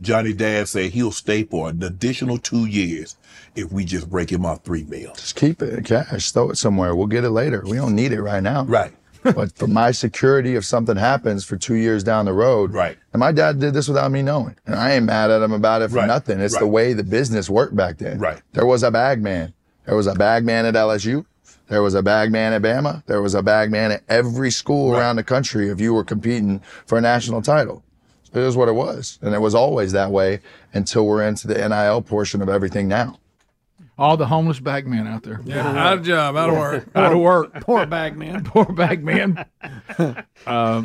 Johnny Dad said he'll stay for an additional two years if we just break him off three mil.
Just keep it in cash, throw it somewhere. We'll get it later. We don't need it right now. Right. but for my security, if something happens for two years down the road, right. And my dad did this without me knowing, and I ain't mad at him about it for nothing. It's the way the business worked back then. Right. There was a bag man. There was a bag man at LSU. There was a bag man at Bama. There was a bag man at every school around the country if you were competing for a national title. It is what it was. And it was always that way until we're into the NIL portion of everything now.
All the homeless bagmen out there.
Yeah, out of job, out of work.
out of work.
Poor bag man.
Poor bag man. Um,
Um,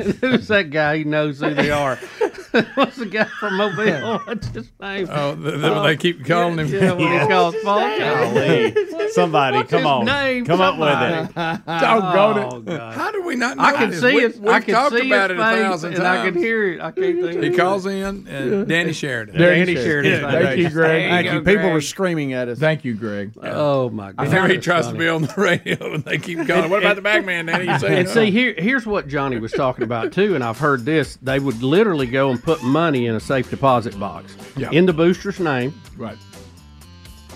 Who's that guy? He knows who they are. What's the guy from Mobile? What's his name?
Oh, the- the- they keep calling him.
Yeah, yeah, what he calls Paul Golly.
Somebody,
What's
come
his
on,
name?
come up with
Somebody.
it.
Doggone
it. How do we not know
I can
this?
see
We-
it.
we've
I can
talked
see
about
his
it a
face,
thousand
and I can
times.
hear it. I can't think.
He calls in, and Danny Sheridan.
Danny Sheridan.
Thank you, Greg.
Thank you. People were
screaming at us. Thank you, Greg.
Oh my
I
God.
hear he
That's
tries to
funny.
be on the radio, and they keep calling. What about the bag man, Danny? You say
and
no.
see, here, here's what Johnny was talking about too, and I've heard this. They would literally go and put money in a safe deposit box
Yeah.
in the booster's name.
Right.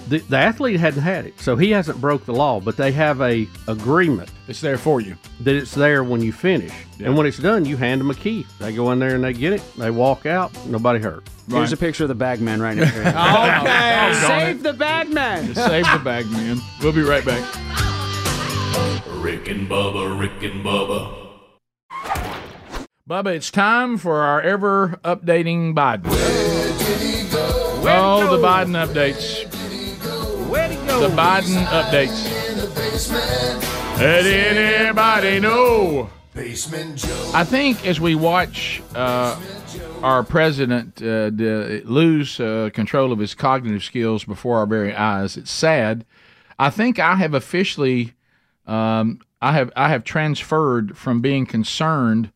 The, the athlete hadn't had it, so he hasn't broke the law. But they have a agreement.
It's there for you.
That it's there when you finish, and when it's done, you hand them a key. They go in there and they get it. They walk out. Nobody hurt.
Here's a picture of the bag man right
Oh,
now.
Okay.
Save the bag man.
Save the bag man. We'll be right back.
Rick and Bubba, Rick and Bubba,
Bubba, it's time for our ever updating Biden. Oh, the Biden updates. The Biden updates. Did anybody know?
Basement Joe.
I think as we watch uh, our president uh, d- lose uh, control of his cognitive skills before our very eyes, it's sad. I think I have officially, um, I have, I have transferred from being concerned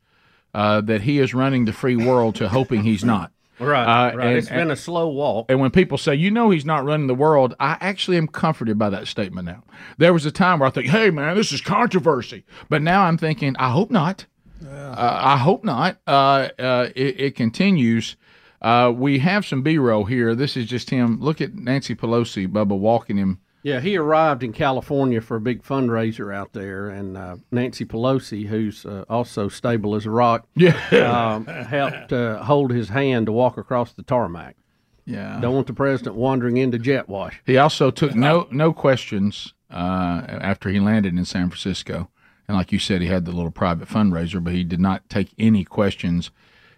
uh, that he is running the free world to hoping he's not.
Right,
Uh,
right.
and-
it's been a slow walk.
And when people say, you know, he's not running the world, I actually am comforted by that statement now. There was a time where I think, hey, man, this is controversy. But now I'm thinking, I hope not. Uh, I hope not. Uh, uh, it, it continues. Uh, we have some B roll here. This is just him. Look at Nancy Pelosi, Bubba, walking him.
Yeah, he arrived in California for a big fundraiser out there, and uh, Nancy Pelosi, who's uh, also stable as a rock,
yeah,
um, helped uh, hold his hand to walk across the tarmac.
Yeah,
don't want the president wandering into jet wash.
He also took no no questions uh, after he landed in San Francisco, and like you said, he had the little private fundraiser, but he did not take any questions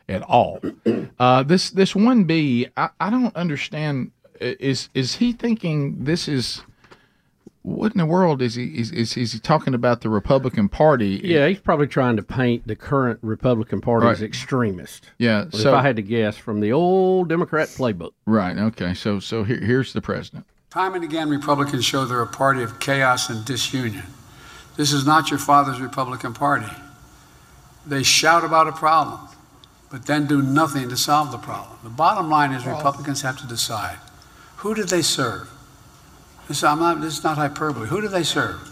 at all. Uh, this this one B, I, I don't understand. I- Is is he thinking this is? What in the world is he is is, is he talking about the Republican Party?
Yeah, he's probably trying to paint the current Republican Party as
Right.
extremist.
Yeah,
if
so-
I had to guess from the old Democrat playbook.
Right. Okay. So so here, here's the president.
Time and again, Republicans show they're a party of chaos and disunion.
This is not your father's Republican Party. They shout about a problem, but then do nothing to solve the problem. The bottom line is Republicans have to decide who do they serve? This, I'm not, this is not hyperbole. Who do they serve?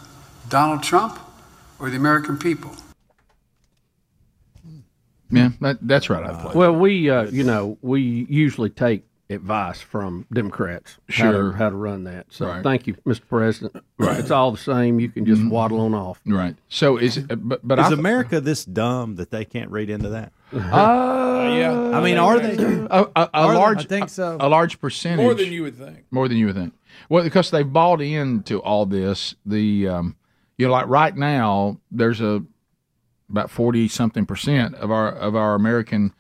Donald Trump or the American people?
Yeah, that, that's right. I played.
Well, we, uh, you know, we usually take advice from Democrats how to-
Sure.
how to run that. So
Right. Mm-hmm.
thank you, Mr. President. It's all the same. You can just waddle on off.
Right. So is but but
is
I-
America this dumb that they can't read into that?
yeah.
I mean, are they?
Uh, a, a, a
Are they?
large?
I think so.
A, large percentage.
More than you would think.
More than you would think. Well, because they bought into all this. The um, you know, like right now, there's a about forty something percent of our of our American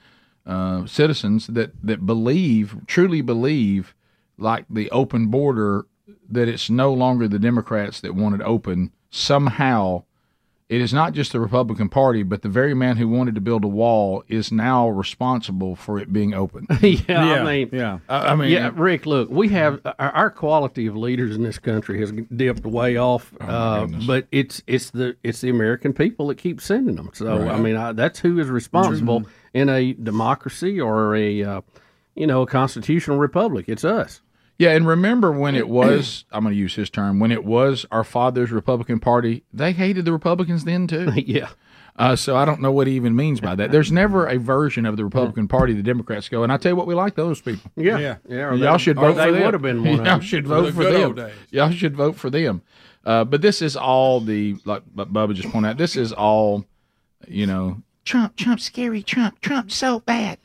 uh, citizens that that believe truly believe like the open border that it's no longer the Democrats that want it open. Somehow, it is not just the Republican Party, but the very man who wanted to build a wall is now responsible for it being open.
yeah, I mean, yeah,
I mean-
yeah, Rick. Look, we have our, our quality of leaders in this country has dipped way off,
Oh,
uh, but it's it's the it's the American people that keep sending them. So I
Right.
mean, I, that's who is responsible in a democracy or a uh, you know a constitutional republic. It's us.
Yeah, and remember when it was, I'm going to use his term, when it was our father's Republican Party, they hated the Republicans then too.
yeah.
Uh, so I don't know what he even means by that. There's never a version of the Republican Party the Democrats go, and I tell you what, we like those people.
Yeah. Yeah. Yeah, or they-
y'all should
or
vote
they
for them.
would've been one of
Y'all
them.
should
The
vote for
good
them.
old days.
Y'all should vote for them. Uh, but this is all the like Bu- Bubba just pointed out. This is all, you know, Trump, Trump, scary Trump, Trump, so bad.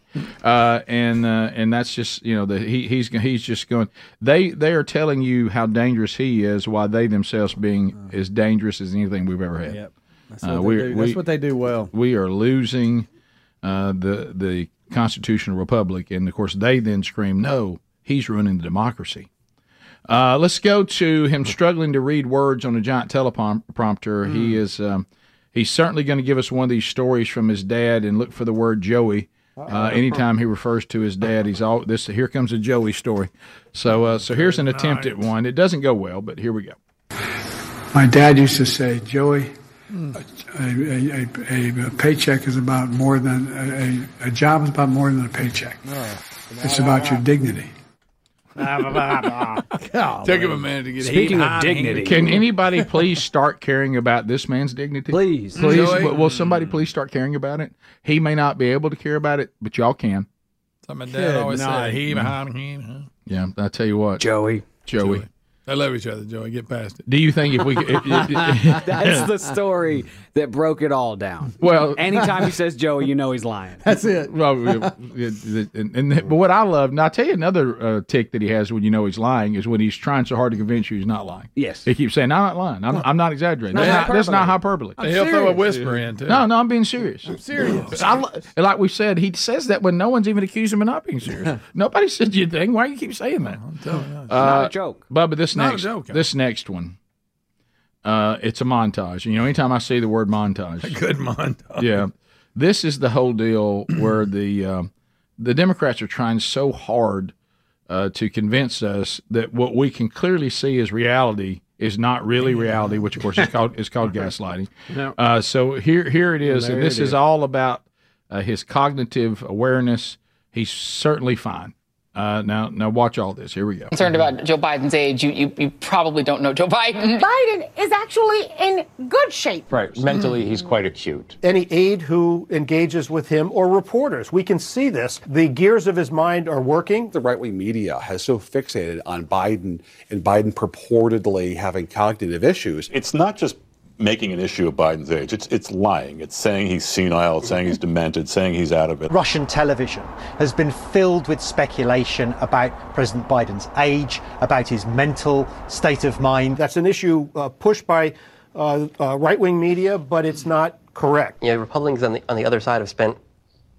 uh, and uh, and that's just you know the, he he's he's just going. They they are telling you how dangerous he is, while they themselves being as dangerous as anything we've ever had.
Yep. That's
Uh,
what they
we're-
do. That's
we-
what they do well.
We are losing uh, the the constitutional republic, and of course they then scream, "No, he's ruining the democracy." Uh, let's go to him struggling to read words on a giant teleprompter. He is um, he's certainly going to give us one of these stories from his dad, and look for the word Joey. Uh, anytime he refers to his dad, he's all this. Here comes a Joey story. So, uh, so here's an attempt at one. It doesn't go well, but here we go.
My dad used to say, Joey, a, a, a, a paycheck is about more than a, a, a job is about more than a paycheck. It's about your dignity.
Took him a minute to get
Speaking
heat.
of dignity.
Can anybody please start caring about this man's dignity? Please, please.
Joey?
Will, will somebody please start caring about it? He may not be able to care about it, but y'all can.
Something my dad always said, he
Mm-hmm.
behind him. huh?
Yeah, I tell you what,
Joey,
Joey.
They love each other, Joey. Get past it.
Do you think if we? If, if-
That's the story that broke it all down.
Well-
anytime he says Joey, you know he's lying.
That's it. Well, yeah, yeah, and, and- but what I love, now I'll tell you another uh, tick that he has when you know he's lying is when he's trying so hard to convince you he's not lying.
Yes.
He keeps saying, I'm not lying. I'm, I'm not exaggerating.
Not
That's not, that's not hyperbole.
He'll throw a whisper in, too.
No, no, I'm being serious. I'm serious. I, li- and like we said, he says that when no one's even accused him of not being serious. Nobody said you thing. Why do you keep saying that? I'm
telling
Uh,
you,
It's not a joke.
Uh, Bubba, this
It's not a
next
joke.
this next one. Uh, it's a montage. You know, anytime I see the word montage, a
good montage.
Yeah, this is the whole deal where the um, the Democrats are trying so hard uh, to convince us that what we can clearly see is reality is not really reality, which of course is called is called gaslighting.
No.
Uh, so here here it is.
There
this
it
is
is.
all about uh, his cognitive awareness. He's certainly fine. Uh, now now watch all this. Here we go.
concerned about Joe Biden's age, you, you, you probably don't know Joe Biden.
Biden is actually in good shape.
Right. Mentally, he's quite acute.
Any aide who engages with him or reporters, we can see this. The gears of his mind are working.
The right wing media has so fixated on Biden and Biden purportedly having cognitive issues.
It's not just making an issue of Biden's age. It's it's lying. It's saying he's senile. It's saying he's demented. Saying he's out of it.
Russian television has been filled with speculation about President Biden's age, about his mental state of mind.
That's an issue uh, pushed by uh, uh, right wing media, but it's not correct.
Yeah, Republicans on the on the other side have spent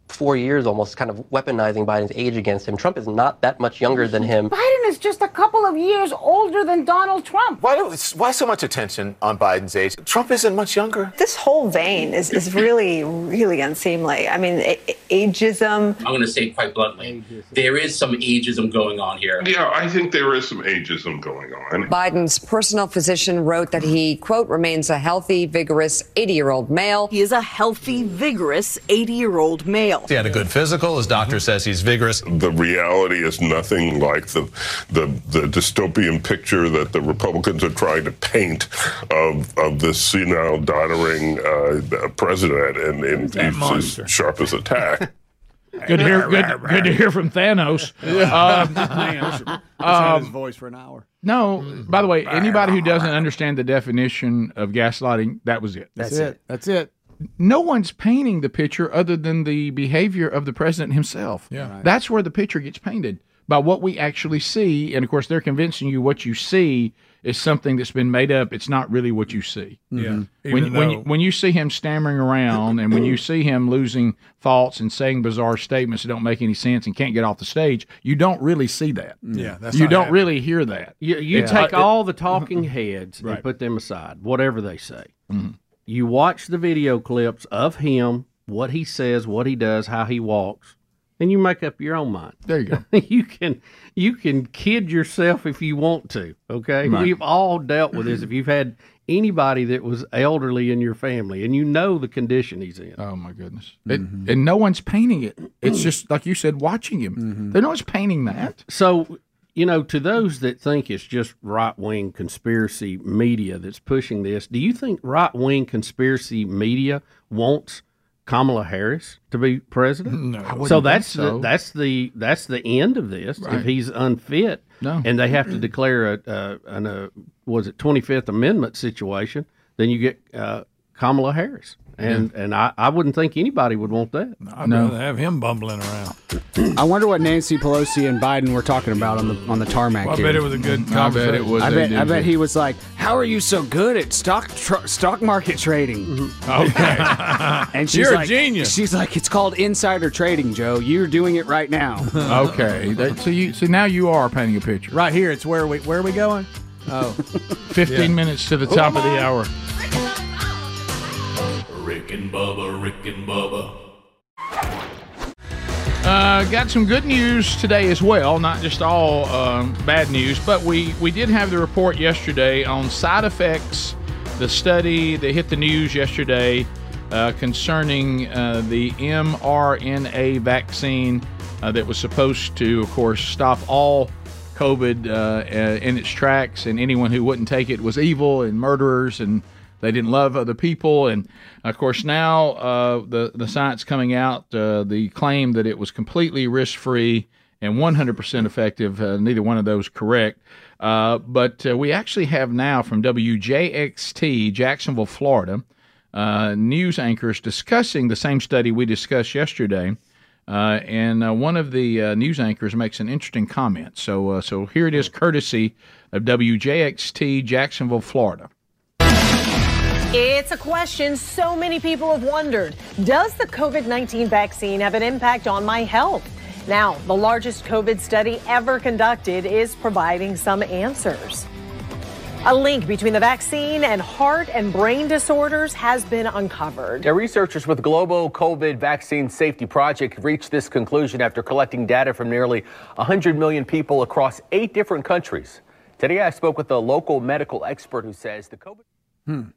four years almost kind of weaponizing Biden's age against him. Trump is not that much younger than him.
Biden is just a couple of years older than Donald Trump.
Why, do, why so much attention on Biden's age? Trump isn't much younger.
This whole vein is, is really, really unseemly. I mean, it, it- ageism.
I'm going to say it quite bluntly. There is some ageism going on here.
Yeah, I think there is some ageism going on.
Biden's personal physician wrote that he, quote, remains a healthy, vigorous 80 year old male. He is a healthy, vigorous 80 year old male.
He had a good physical. His doctor says he's vigorous.
The reality is nothing like the, the the dystopian picture that the Republicans are trying to paint of of this senile, doddering uh, president, and, and
That
he's
monster.
as sharp as a tack.
Good to hear. Good, good to hear from Thanos. Um,
heard his
um,
voice for an hour.
no,
Mm-hmm.
by the way, anybody who doesn't understand the definition of gaslighting, that was it.
That's, it. That's it.
No one's painting the picture other than the behavior of the president himself.
Yeah. Right.
That's where the picture gets painted by what we actually see. And of course, they're convincing you what you see is something that's been made up. It's not really what you see.
Yeah.
When, when,
Even though-
you, when you see him stammering around and when you see him losing thoughts and saying bizarre statements that don't make any sense and can't get off the stage, you don't really see that.
Yeah, that's
you
not
don't
happening.
really hear that.
You, you
Yeah.
take
Uh, it-
all the talking heads and put them aside, whatever they say. You watch the video clips of him, what he says, what he does, how he walks, and you make up your own mind.
There you go.
you can you can kid yourself if you want to. Okay,
Right.
we've all dealt with this. If you've had anybody that was elderly in your family, and you know the condition he's in.
Oh my goodness! It, And no one's painting it. It's just like you said, watching him. They're not painting that.
So, you know, to those that think it's just right wing conspiracy media that's pushing this, do you think right wing conspiracy media wants Kamala Harris to be president?
No. I wouldn't
So
think
that's
so.
The, that's the that's the end of this.
Right.
If he's unfit,
No.
and they have to declare a, a an a was it twenty fifth amendment situation, then you get uh, Kamala Harris. And and I, I wouldn't think anybody would want that.
I'd rather have him bumbling around.
I wonder what Nancy Pelosi and Biden were talking about on the on the tarmac.
Well, I
here.
bet it was a good I bet conversation. it was.
I
They
bet,
did
I bet
good.
he was like, "How are you so good at stock tr- stock market trading?"
Mm-hmm. Oh.
Okay.
and she's
You're a
like,
genius.
She's like, "It's called insider trading, Joe. You're doing it right now."
Oh,
okay. That- so you so now you are painting a picture.
Right here, it's where we where are we going?
Oh. Fifteen
Yeah.
minutes to the
Who
top
am
of the
I?
hour.
Rick and Bubba, Rick and Bubba.
Uh, got some good news today as well, not just all um, bad news, but we, we did have the report yesterday on side effects, the study that hit the news yesterday uh, concerning uh, the mRNA vaccine uh, that was supposed to, of course, stop all COVID uh, uh, in its tracks, and anyone who wouldn't take it was evil and murderers, and they didn't love other people. And of course, now uh, the the science coming out, uh, the claim that it was completely risk free and 100% effective. Uh, neither one of those correct. Uh, but uh, we actually have now from WJXT, Jacksonville, Florida, uh, news anchors discussing the same study we discussed yesterday. Uh, and uh, one of the uh, news anchors makes an interesting comment. So, uh, so here it is, courtesy of WJXT, Jacksonville, Florida.
It's a question so many people have wondered. Does the COVID 19 vaccine have an impact on my health? Now, the largest COVID study ever conducted is providing some answers. A link between the vaccine and heart and brain disorders has been uncovered.
Now, researchers with Global COVID Vaccine Safety Project reached this conclusion after collecting data from nearly 100 million people across eight different countries. Today, I spoke with a local medical expert who says the COVID.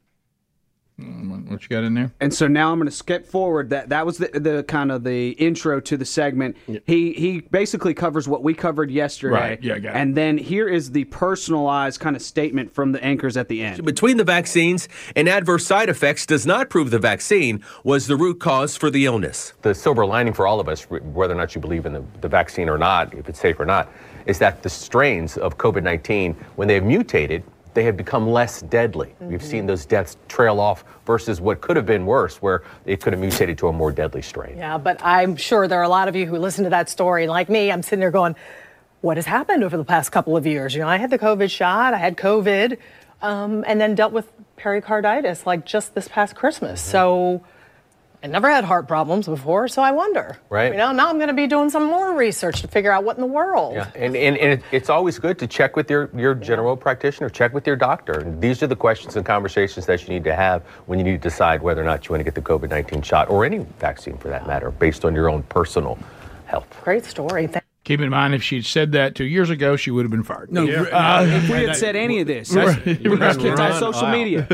What you got in there?
And so now I'm going to skip forward. That that was the, the kind of the intro to the segment. He he basically covers what we covered yesterday.
Right. Yeah, got it.
And then here is the personalized kind of statement from the anchors at the end.
Between the vaccines and adverse side effects does not prove the vaccine was the root cause for the illness.
The silver lining for all of us, re- whether or not you believe in the, the vaccine or not, if it's safe or not, is that the strains of COVID 19, when they have mutated, they have become less deadly. We've seen those deaths trail off versus what could have been worse, where it could have mutated to a more deadly strain.
Yeah, but I'm sure there are a lot of you who listen to that story. and Like me, I'm sitting there going, what has happened over the past couple of years? You know, I had the COVID shot, I had COVID,
Mm-hmm.
um, and then dealt with pericarditis like just this past Christmas. So I never had heart problems before, so I wonder.
Right.
You know, now I'm going to be doing some more research to figure out what in the world.
Yeah, and, and, and it, it's always good to check with your, your general practitioner, check with your doctor. And these are the questions and conversations that you need to have when you need to decide whether or not you want to get the COVID 19 shot or any vaccine for that matter, based on your own personal health.
Great story. Thank
Keep in mind, if she'd said that two years ago, she would have been fired.
No,
Yeah.
r- Uh, if we had said any of this, that's-
Right.
that's kids on social
Wow.
media.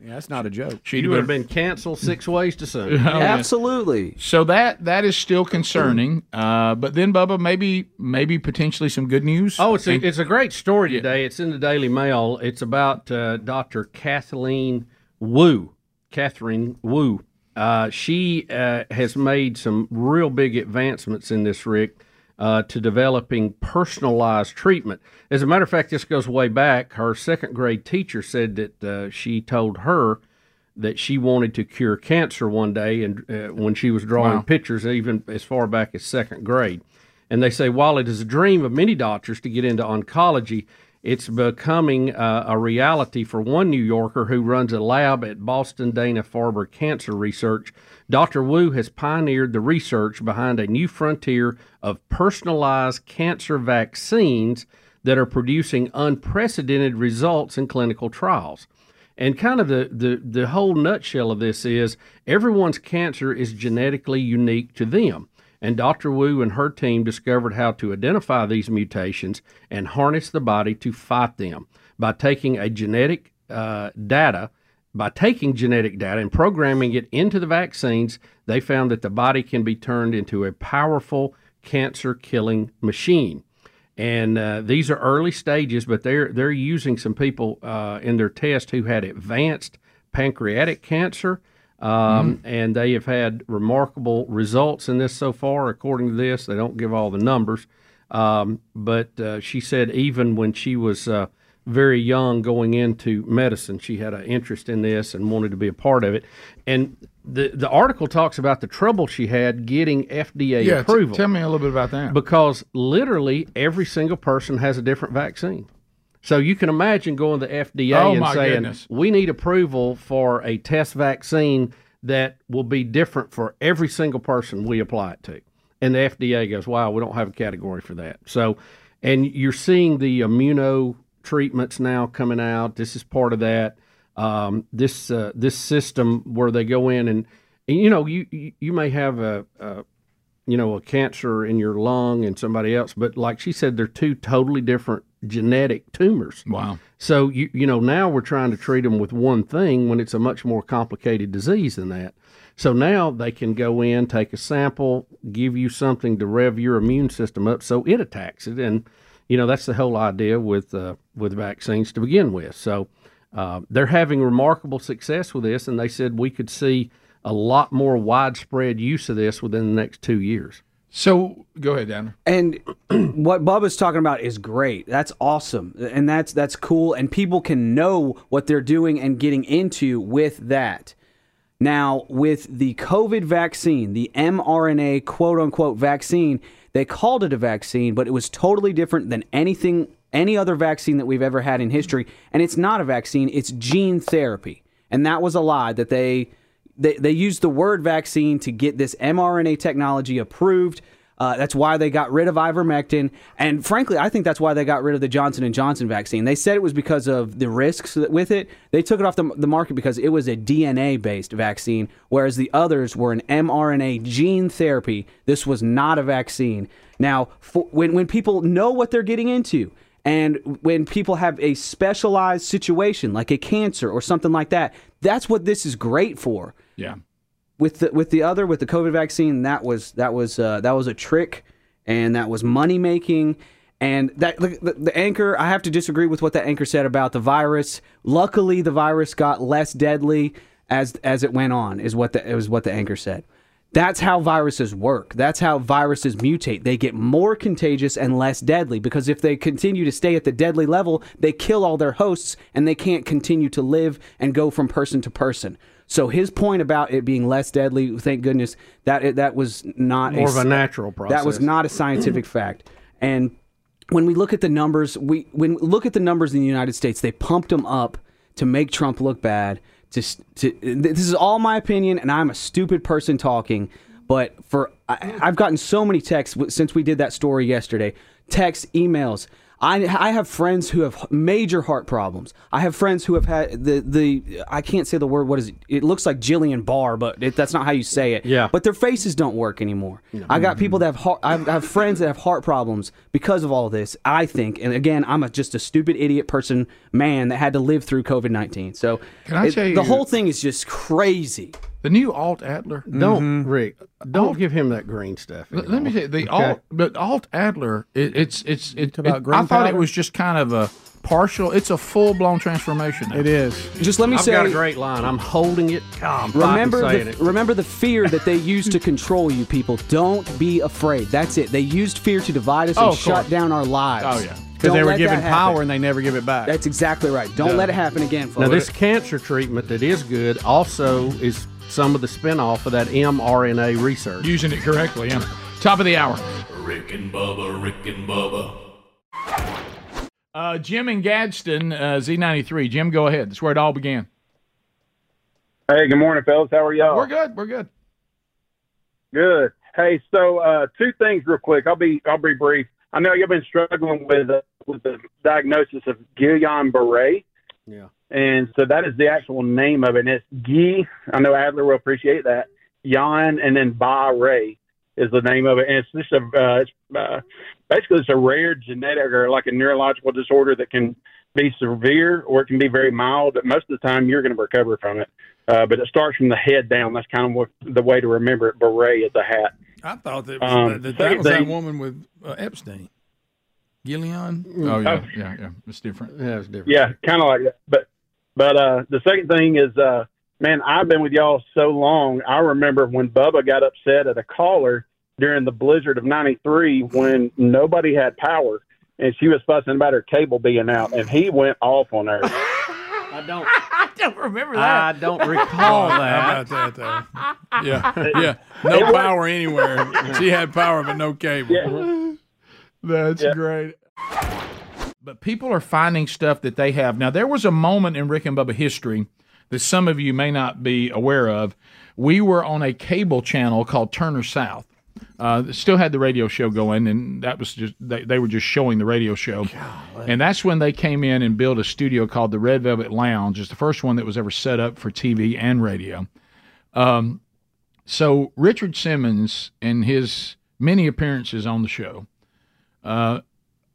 that's not a joke.
She'd
you would
been
have been canceled six ways to
Oh,
Sunday.
Absolutely.
Oh, So that that is still concerning. Uh, but then, Bubba, maybe maybe potentially some good news.
Oh, it's a,
And-
it's a great story today. It's in the Daily Mail. It's about uh, Dr. Kathleen Wu. Catherine Wu. Uh, she uh, has made some real big advancements in this, Rick, uh, to developing personalized treatment. As a matter of fact, this goes way back. Her second grade teacher said that uh, she told her that she wanted to cure cancer one day, and uh, when she was drawing
Wow.
pictures, even as far back as second grade. And they say, while it is a dream of many doctors to get into oncology, it's becoming uh, a reality for one New Yorker who runs a lab at Boston Dana Farber Cancer Research. Dr. Wu has pioneered the research behind a new frontier of personalized cancer vaccines that are producing unprecedented results in clinical trials. And kind of the, the, the whole nutshell of this is everyone's cancer is genetically unique to them. And Dr. Wu and her team discovered how to identify these mutations and harness the body to fight them by taking a genetic uh, data by taking genetic data and programming it into the vaccines, they found that the body can be turned into a powerful cancer killing machine. And uh, these are early stages, but they're they're using some people uh, in their test who had advanced pancreatic cancer, um,
Mm-hmm.
and they have had remarkable results in this so far. According to this, they don't give all the numbers, um, but uh, she said even when she was uh, very young going into medicine, she had an interest in this and wanted to be a part of it. And the the article talks about the trouble she had getting FDA
yeah, t-
approval
tell me a little bit about that.
because literally every single person has a different vaccine. So you can imagine going to the FDA
Oh,
and
my
saying
goodness.
we need approval for a test vaccine that will be different for every single person we apply it to. And the FDA goes, "Wow, we don't have a category for that." So and you're seeing the immuno treatments now coming out. This is part of that. Um, this uh, this system where they go in and, and you know you you you may have a, a you know, a cancer in your lung and somebody else. But like she said, they're two totally different genetic tumors.
Wow.
So you you know now we're trying to treat them with one thing when it's a much more complicated disease than that. So now they can go in, take a sample, give you something to rev your immune system up, so it attacks it, and you know that's the whole idea with uh, with vaccines to begin with. So uh, they're having remarkable success with this, and they said we could see a lot more widespread use of this within the next two years.
So go ahead, Dan.
And what Bubba's talking about is great. That's awesome. And that's that's cool and people can know what they're doing and getting into with that. Now, with the COVID vaccine, the mRNA quote unquote vaccine, they called it a vaccine, but it was totally different than anything any other vaccine that we've ever had in history. And it's not a vaccine, it's gene therapy. And that was a lie that they they, they used the word vaccine to get this mRNA technology approved. Uh, that's why they got rid of ivermectin, and frankly, I think that's why they got rid of the Johnson and Johnson vaccine. They said it was because of the risks that- with it. They took it off the, the market because it was a DNA-based vaccine, whereas the others were an mRNA gene therapy. This was not a vaccine. Now, for, when when people know what they're getting into, and when people have a specialized situation like a cancer or something like that, that's what this is great for.
Yeah.
With the with the other with the COVID vaccine, that was that was uh, that was a trick, and that was money making. And that the, the- the anchor, I have to disagree with what the anchor said about the virus. Luckily, the virus got less deadly as as it went on. Is what the is what the anchor said. That's how viruses work. That's how viruses mutate. They get more contagious and less deadly because if they continue to stay at the deadly level, they kill all their hosts and they can't continue to live and go from person to person. So his point about it being less deadly, thank goodness, that that was not
More of a
s-
natural
That was
process.
not a scientific fact. And when we look at the numbers, we when we look at the numbers in the United States, they pumped them up to make Trump look bad, to, s- to th- this is all my opinion, and I'm a stupid person talking. But for I, I've gotten so many texts w- since we did that story yesterday, texts, emails. I, I have friends who have major heart problems. I have friends who have had the the I can't say the word. What is it? It looks like Jillian Barr, but it, that's not how you say it. Yeah. But their faces don't work anymore. I got
Mm-hmm.
people that have heart. I have- I have friends that have heart problems because of all this. I think, and again, I'm a, just a stupid idiot person, man, that had to live through COVID nineteen. So
Can I
it-
tell you-
the whole thing is just crazy.
The new Alt Adler.
Don't Rick. Don't give him that green stuff.
L- Let me say
Okay.
the alt, but alt Adler. It, it's it's it's
about
it-
green
I thought it
powder?
was just kind of a partial. It's a full blown transformation. Now. It
is.
Just let me
I've
say,
got a great line. I'm holding it. God, I'm fighting
remember
saying
the,
it.
remember the fear that they used to control you people. Don't be afraid. That's it. They used fear to divide us
Oh,
and
of
shut
course.
down our lives.
Oh, yeah. 'Cause
Don't
they were
let
given
that happen.
power and they never give it back.
That's exactly right. Don't
No.
let it happen again, folks.
Now, this cancer treatment that is good also is some of the spinoff of that mRNA research.
Using it correctly, yeah. Top of the hour.
Rick and Bubba, Rick and Bubba.
Uh, Jim and Gadsden, uh, Z93. Jim, go ahead. That's where it all began.
Hey, good morning, fellas. How are y'all?
We're good. We're good.
Good. Hey, so uh, two things real quick. I'll be I'll be brief. I know you've been struggling with uh, with the diagnosis of Guillain Barre.
Yeah.
And so that is the actual name of it. And it's Guy. I know Adler will appreciate that. Jan and then Barre is the name of it. And it's just a uh, it's, uh, basically it's a rare genetic or like a neurological disorder that can be severe or it can be very mild. But most of the time you're going to recover from it. Uh, but it starts from the head down. That's kind of what the way to remember it. Beret is a hat.
I thought that, was,
Um,
that, that,
second
was that
thing-
woman with uh, Epstein. Gillian?
Oh, yeah,
yeah, yeah. It's different.
Yeah, it's different.
Yeah, kind of like that. But but uh, the second thing is, uh, man, I've been with y'all so long. I remember when Bubba got upset at a caller during the blizzard of '93 when nobody had power, and she was fussing about her cable being out, and he went off on her.
I don't.
I don't remember
I don't recall
Oh,
that.
how about that, though? Yeah, yeah. No power anywhere. She had power, but no cable.
That's great. But people are finding stuff that they have. Now, there was a moment in Rick and Bubba history that some of you may not be aware of. We were on a cable channel called Turner South. Uh, that still had the radio show going, and that was just they, they were just showing the radio show, and that's when they came in and built a studio called the Red Velvet Lounge. It's the first one that was ever set up for TV and radio. Um, so Richard Simmons, in his many appearances on the show, uh,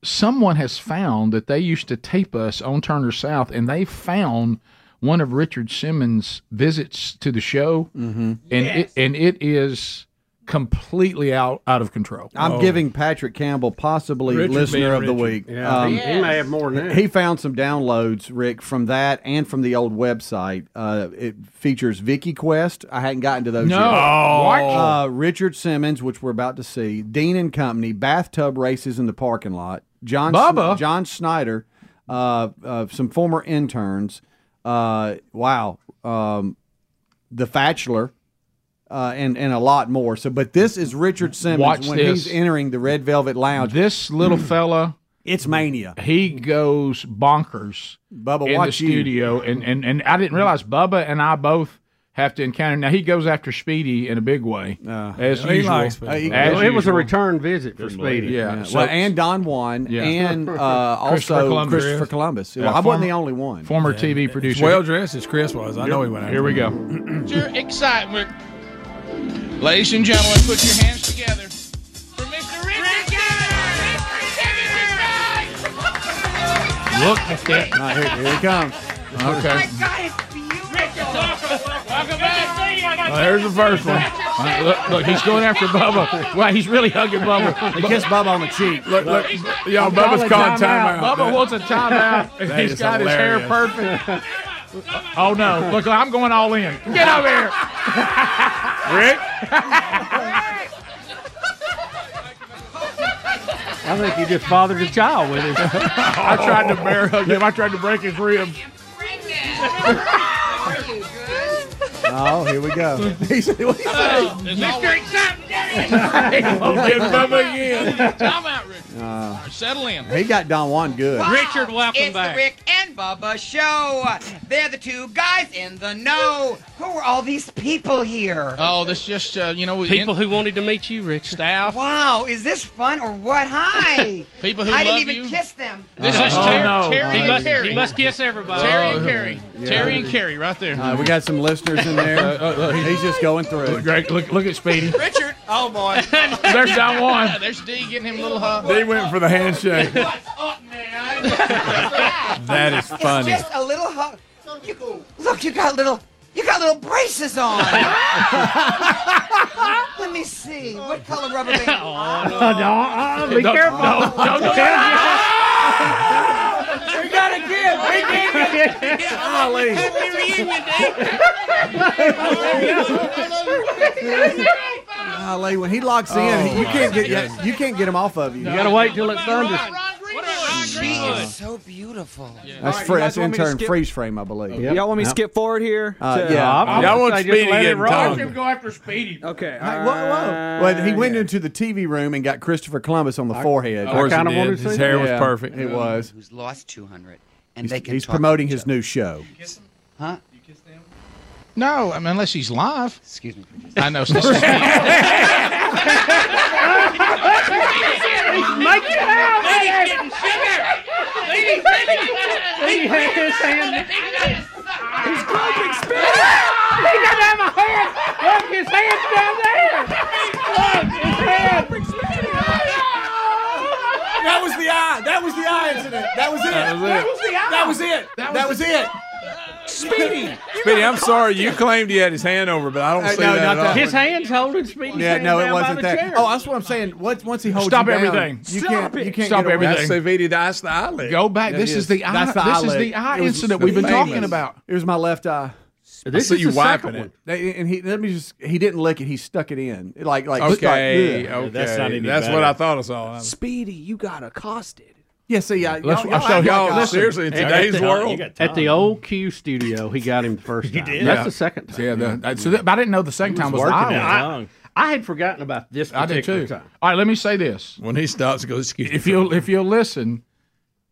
someone has found that they used to tape us on Turner South, and they found one of Richard Simmons' visits to the show,
Mm-hmm.
and
Yes.
it, and it is completely out out of control.
I'm
Oh.
giving Patrick Campbell possibly
Oh. Richard
listener
being
of the
Richard.
week. Um,
Yeah. He- he may have more than that.
He found some downloads, Rick, from that and from the old website. Uh, it features Vicky Quest. I hadn't gotten to those
No. Oh.
yet.
What?
Uh, Richard Simmons, which we're about to see. Dean and Company. Bathtub races in the parking lot. John
Bubba.
John Snyder. Uh, uh, some former interns. Uh, wow. Um, the Fatchler. Uh, and and a lot more. So, but this is Richard Simmons
Watch
when
this.
he's entering the Red Velvet Lounge.
This little fella,
it's mania.
He goes bonkers
Bubba,
in the
watch you.
studio, and, and and I didn't realize Bubba and I both have to encounter. Now he goes after Speedy in a big way,
Uh,
as
He
usual.
likes Speedy.
As
Well, it was a
usual.
return visit for Speedy.
Yeah.
Yeah,
So-
well, and Don Juan,
Yeah.
and uh, also Christopher Columbus.
Yeah,
well, I
former-
wasn't the only one.
Former TV producer.
Well dressed as Chris was. I know he went out.
Here we go.
your excitement. Ladies and gentlemen, put your hands together.
Look at that.
here, here he comes.
Okay.
God, it's beautiful. Welcome back.
Well, there's the first one. Uh, Look, look, he's going after Bubba. Wow, he's really hugging Bubba.
He kissed Bubba on the cheek.
Look, look,
y'all, Bubba's calling timeout.
Bubba
That-
wants a timeout.
That
he's
is
got his hair
hilarious.
perfect. oh no! Look, I'm going all in. Get over here, Rick.
I think he just fathered a child with him.
I tried to bear hug him. I tried to break his ribs.
Oh, here we go. He's- what do you say?
Mr. Excitement.
He won't let Bubba again.
Time out, Richard.
Uh,
Settle in.
he got Don Juan good.
Richard, welcome
it's
back.
the Rick and Bubba show. They're the two guys in the know. Who are all these people here?
Oh, this just uh, you know we-
People
who wanted to meet you, Rich staff.
Wow, is this fun or what? Hi.
People who
I
love
didn't even
you.
kiss them.
This is
Oh,
Terry,
no.
Terry
He
and
must-
Carrie.
he must
kiss everybody. Oh. Terry and Carrie.
Yeah.
Terry and Carrie, right there.
Uh, we got some listeners in there.
Uh,
He's just going through. Look,
Greg, look, look at Speedy.
Richard. Oh boy.
There's Don Juan.
There's D getting him a little hug.
They went for the handshake.
That is funny.
Just a little hug. You- look, you got little, you got little braces on. Let me see. What color rubber band?
Uh,
no, be careful.
don't do
We got a gift. We did
Golly.
Happy reunion day.
Golly, when he locks
Oh,
in, he- you
my
can't get you can't get him off of you.
You gotta wait till it thunders.
She is so beautiful.
That's free. That's intern freeze frame, I believe.
Y'all want me to
Yep.
skip forward here?
Uh, yeah. I
would
want
say
Speedy
just
to
let it
get
roll.
tongued.
Go after Speedy.
Okay. Uh,
Hey, whoa, whoa. Well, he went into the TV room and got Christopher Columbus on the forehead.
Of course I he kinda did. wanted to His see hair that. was
Yeah,
perfect.
It was.
Who's lost 200, and
He's,
they can
he's
talk to
promoting
each
his new show.
Huh?
No, I mean, unless he's live.
Excuse me.
I know. Speedy.
Make it out. Lady's getting sugar. Lady's getting
He had his hand.
He's groping Speedy. He got out my hand. Look, his hand's down there. Look, his hand.
That was the eye. That was the eye incident. That was it.
That was it.
That was it.
Speedy.
Speedy, I'm sorry. You claimed he had his hand over, but I don't
Uh,
see
no,
that
not
at all.
that.
His hand's holding Speedy's
Yeah,
hand
no, it
down by
wasn't
the
that.
chair.
Oh, that's what I'm saying. Once once he holds
Stop
you down,
everything.
You
Stop
can't.
it.
You can't
Stop
get away.
everything. That's Savita, that's the eyelid.
Go back.
That
This is the eye-
That's the
this is
eyelid.
the eye
It was
incident
the
we've been talking
famous-
about.
It was my left eye.
This I see is you the second wiping it. one.
They- and he let me just. He didn't lick it. He stuck it in. Like like just like,
Okay,
ugh.
okay. That's, what I thought I saw.
Speedy, you got accosted.
Yeah, see, I,
Let's-
y'all,
I'll
y'all
show
act
y'all
like I-
this. Seriously, in
At-
today's
at the-
world.
at the old Q studio, he got him the first time.
did?
That's
Yeah.
the second time.
Yeah, the, I- so that, but I didn't know the second
He
time
was
was the
working it.
eyelid.
I had forgotten about this
I did
particular
too.
time.
All right, let me say this.
When he stops, he goes, "Excuse me."
If you'll if you'll listen,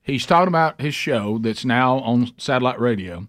he's talking about his show that's now on satellite radio,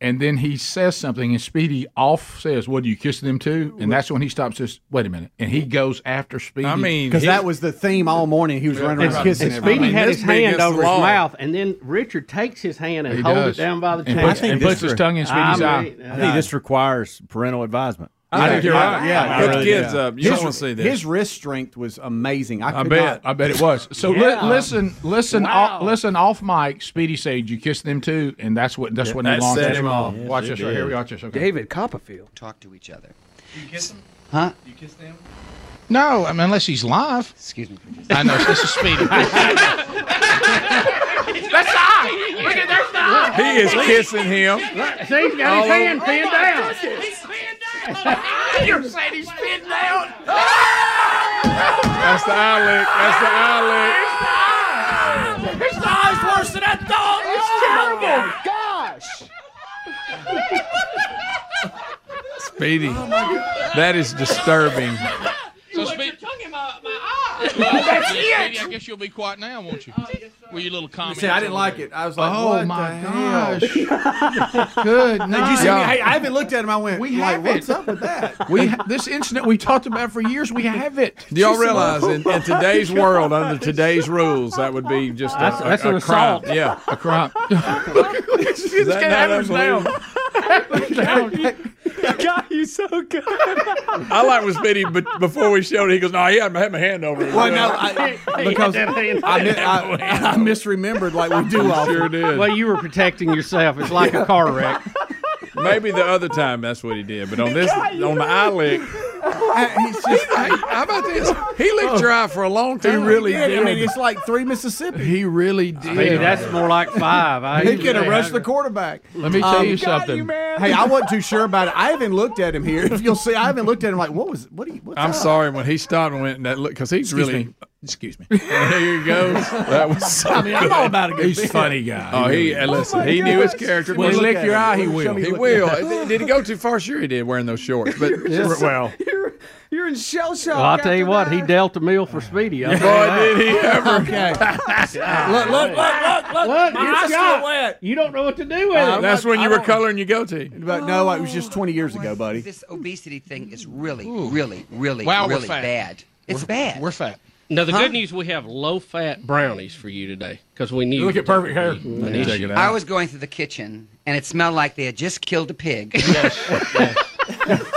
and then he says something, and Speedy off says, "What do you kiss them too?" And that's when he stops. Says, "Wait a minute," and he goes after Speedy.
because that was the theme all morning. He was running around kissing
And Speedy
everybody.
had his hand over his mouth, and then Richard takes his hand and
He
holds
does.
it down by the
And
chain.
puts- and puts his tongue in Speedy's
I
eye.
mean,
I
I think
uh,
this requires parental advisement.
Yeah. Yeah,
Yeah, put the kids up. You
his,
don't want to see this.
His wrist strength was amazing. I,
I
could
bet.
Not,
I bet it was. So li-
Yeah.
listen, listen,
Wow.
off, listen off mic. Speedy said you kissed them too, and that's what that's what he
That
launched
set
us
him
with.
off.
Oh, Watch
Yes,
this
it
right
did.
here. We Watch this. Okay.
David Copperfield.
Talk to each other.
You kiss him?
Huh?
You kiss them?
No, I mean unless he's live.
Excuse me.
I know this is Speedy.
That's the eye. Look at there's the eye.
He is kissing him.
See, he's got his
Oh,
hand
oh
pinned
my
down.
goodness.
He's pinned down. You're saying he's pinned down.
That's the eyelid. That's the eyelid.
His eye's worse than I thought. It's terrible.
Oh
Speedy. That is disturbing.
So you speak- your tongue in my, my eye. That's it. I guess you'll be quiet now, won't you?
Oh,
Were you little comment?
See, I didn't like it. I was like,
Oh,
what
my
the hell?
gosh. Good.
Did you
night.
see me? Hey, I haven't looked at him. I went,
We
like,
have it.
what's up with that?
We ha- this incident we talked about for years. We have it.
Do y'all realize in, in today's world, under today's rules, that would be just a,
That's-
a,
that's
a
an
crime.
assault.
Yeah.
a crime?
Is that not unbelievable?
God, you so good.
I like when Speedy, but before we showed it, he goes, "No, yeah, I had my hand over." it."
Well, no, I, because I, mi- I, I misremembered like we do all.
sure did.
Well, you were protecting yourself. It's like a car wreck.
Maybe the other time that's what he did, but on this, on the eye lick,
He's just,
how about this? He licked your eye for a long time. Oh. He really
I mean,
did.
it's like three Mississippi.
He really did.
Maybe that's more like five. I
He
hate to
could have
say
rushed
that.
the quarterback.
Let me tell
Um,
you
God,
something.
Hey, I wasn't too sure about it. I haven't looked at him here. If you'll see, I haven't looked at him like, what was, what? Are you, what's
I'm
up?
sorry when he stopped and went and that look because he's
Excuse
really
me.
Excuse me. there you go. That was so
I mean, I'm
good.
all about a good
He's
bit.
funny guy.
Oh, he-
really
and
is.
listen, he knew his character.
When he
Look
lick
at
your
him.
eye, he
Show me
will.
what
He
you
will.
got.
Did- Did he go too far? Sure, he did wearing those shorts. But
Yes.
well,
You're in shell shock.
Well, I'll tell you what, he dealt a meal for Speedy. Boy,
did he ever.
okay.
Look, look, look, look, look. My
Look, it's
eye's
got-
still wet.
You don't know what to do with
Uh,
it.
that's when you were coloring
your goatee.
But no, it was just 20 years ago, buddy.
This obesity thing is really, really, really,
Wow, we're
really
fat.
bad. It's
We're-
bad.
We're fat. Now the
Huh?
good news we have low fat brownies for you today because we need
Look at perfect hair.
Mm-hmm.
An issue.
I was going through the kitchen and it smelled like they had just killed a pig.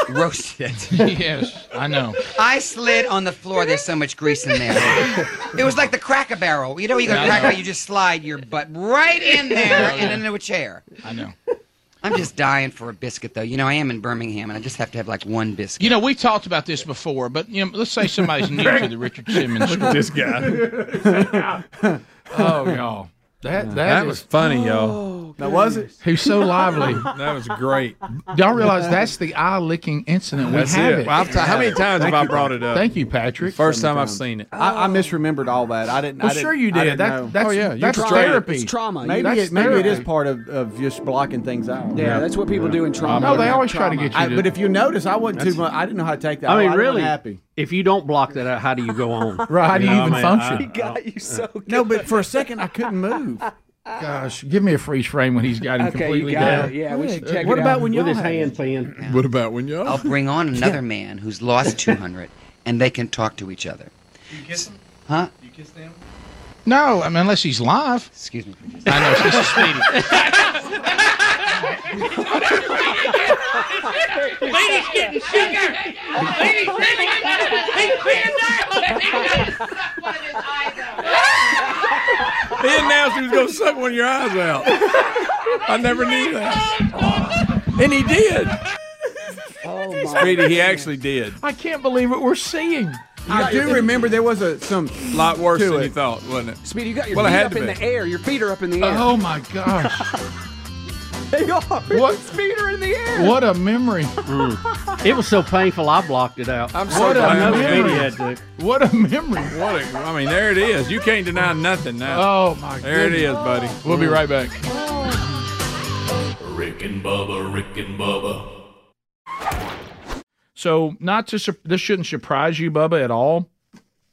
Roasted it.
yes, I know.
I slid on the floor. There's so much grease in there. It was like the Cracker Barrel. You know, you go
Yeah, I
Cracker
know.
Barrel, you just slide your butt right in there and into a chair.
I know.
I'm just dying for a biscuit, though. You know, I am in Birmingham, and I just have to have like one biscuit.
You know, we talked about this before, but you know, let's say somebody's new to the Richard Simmons.
Look at this
guy. oh, y'all. That
That,
that,
was
is-
funny, y'all.
That was it? He's so lively.
that was great.
Y'all realize that's the eye licking incident we
That's
have.
it. Well, I've t- how many times
Thank
have I
you,
brought
Patrick.
it up?
Thank you, Patrick.
First time I've seen it.
I, I misremembered all that. I didn't.
Well,
I didn't-
sure you
I
did.
didn't
That-
know.
that's- Oh, yeah, you that's tried. therapy. It's trauma.
Maybe
That's
it, maybe it is
therapy.
part of, of just blocking things out.
Yeah, that's what people do in trauma.
No, they always try
Trauma.
to get you. I,
to-
but if you notice, I wasn't too much. I didn't know how to take that.
I mean,
wasn't
really,
happy.
if you don't block that out, how do you go on?
Right, how do you even function?
I-
He
Oh.
got
you
Uh.
so good.
No, but for a second, I couldn't move.
Gosh, give me a freeze frame when he's got him
Okay, you
completely
got
down.
it. Yeah, we should check What it about out. when y'all With his had hand
pin.
What about when y'all?
I'll bring on another man who's lost 200, and they can talk to each other.
You kiss him?
Huh?
You kiss them? No, I mean, unless he's live.
Excuse me.
I know. This is Speedy.
Lady's getting sugar. Lady's
He announced he was going to suck one of your eyes out. I never knew that. And he did.
Oh
Speedy, he actually did.
I can't believe what we're seeing.
I do remember there was a some
A lot worse
to
than
it.
you thought, wasn't it?
Speedy, you got your
Well, it
feet
had
up
to
in
be.
the air. Your feet are up in the air.
Oh my gosh.
they are. What? His feet are in the air.
What a memory.
Mm. It was so painful, I blocked it out.
I'm so
What a
glad
no
we did.
Speedy had to.
What a memory.
What a, I mean, there it is. You can't deny nothing now.
Oh, my
There it
goodness.
is, buddy.
We'll
Mm.
be right back.
Rick and Bubba, Rick and Bubba,
So, not to sur- this shouldn't surprise you, Bubba, at all.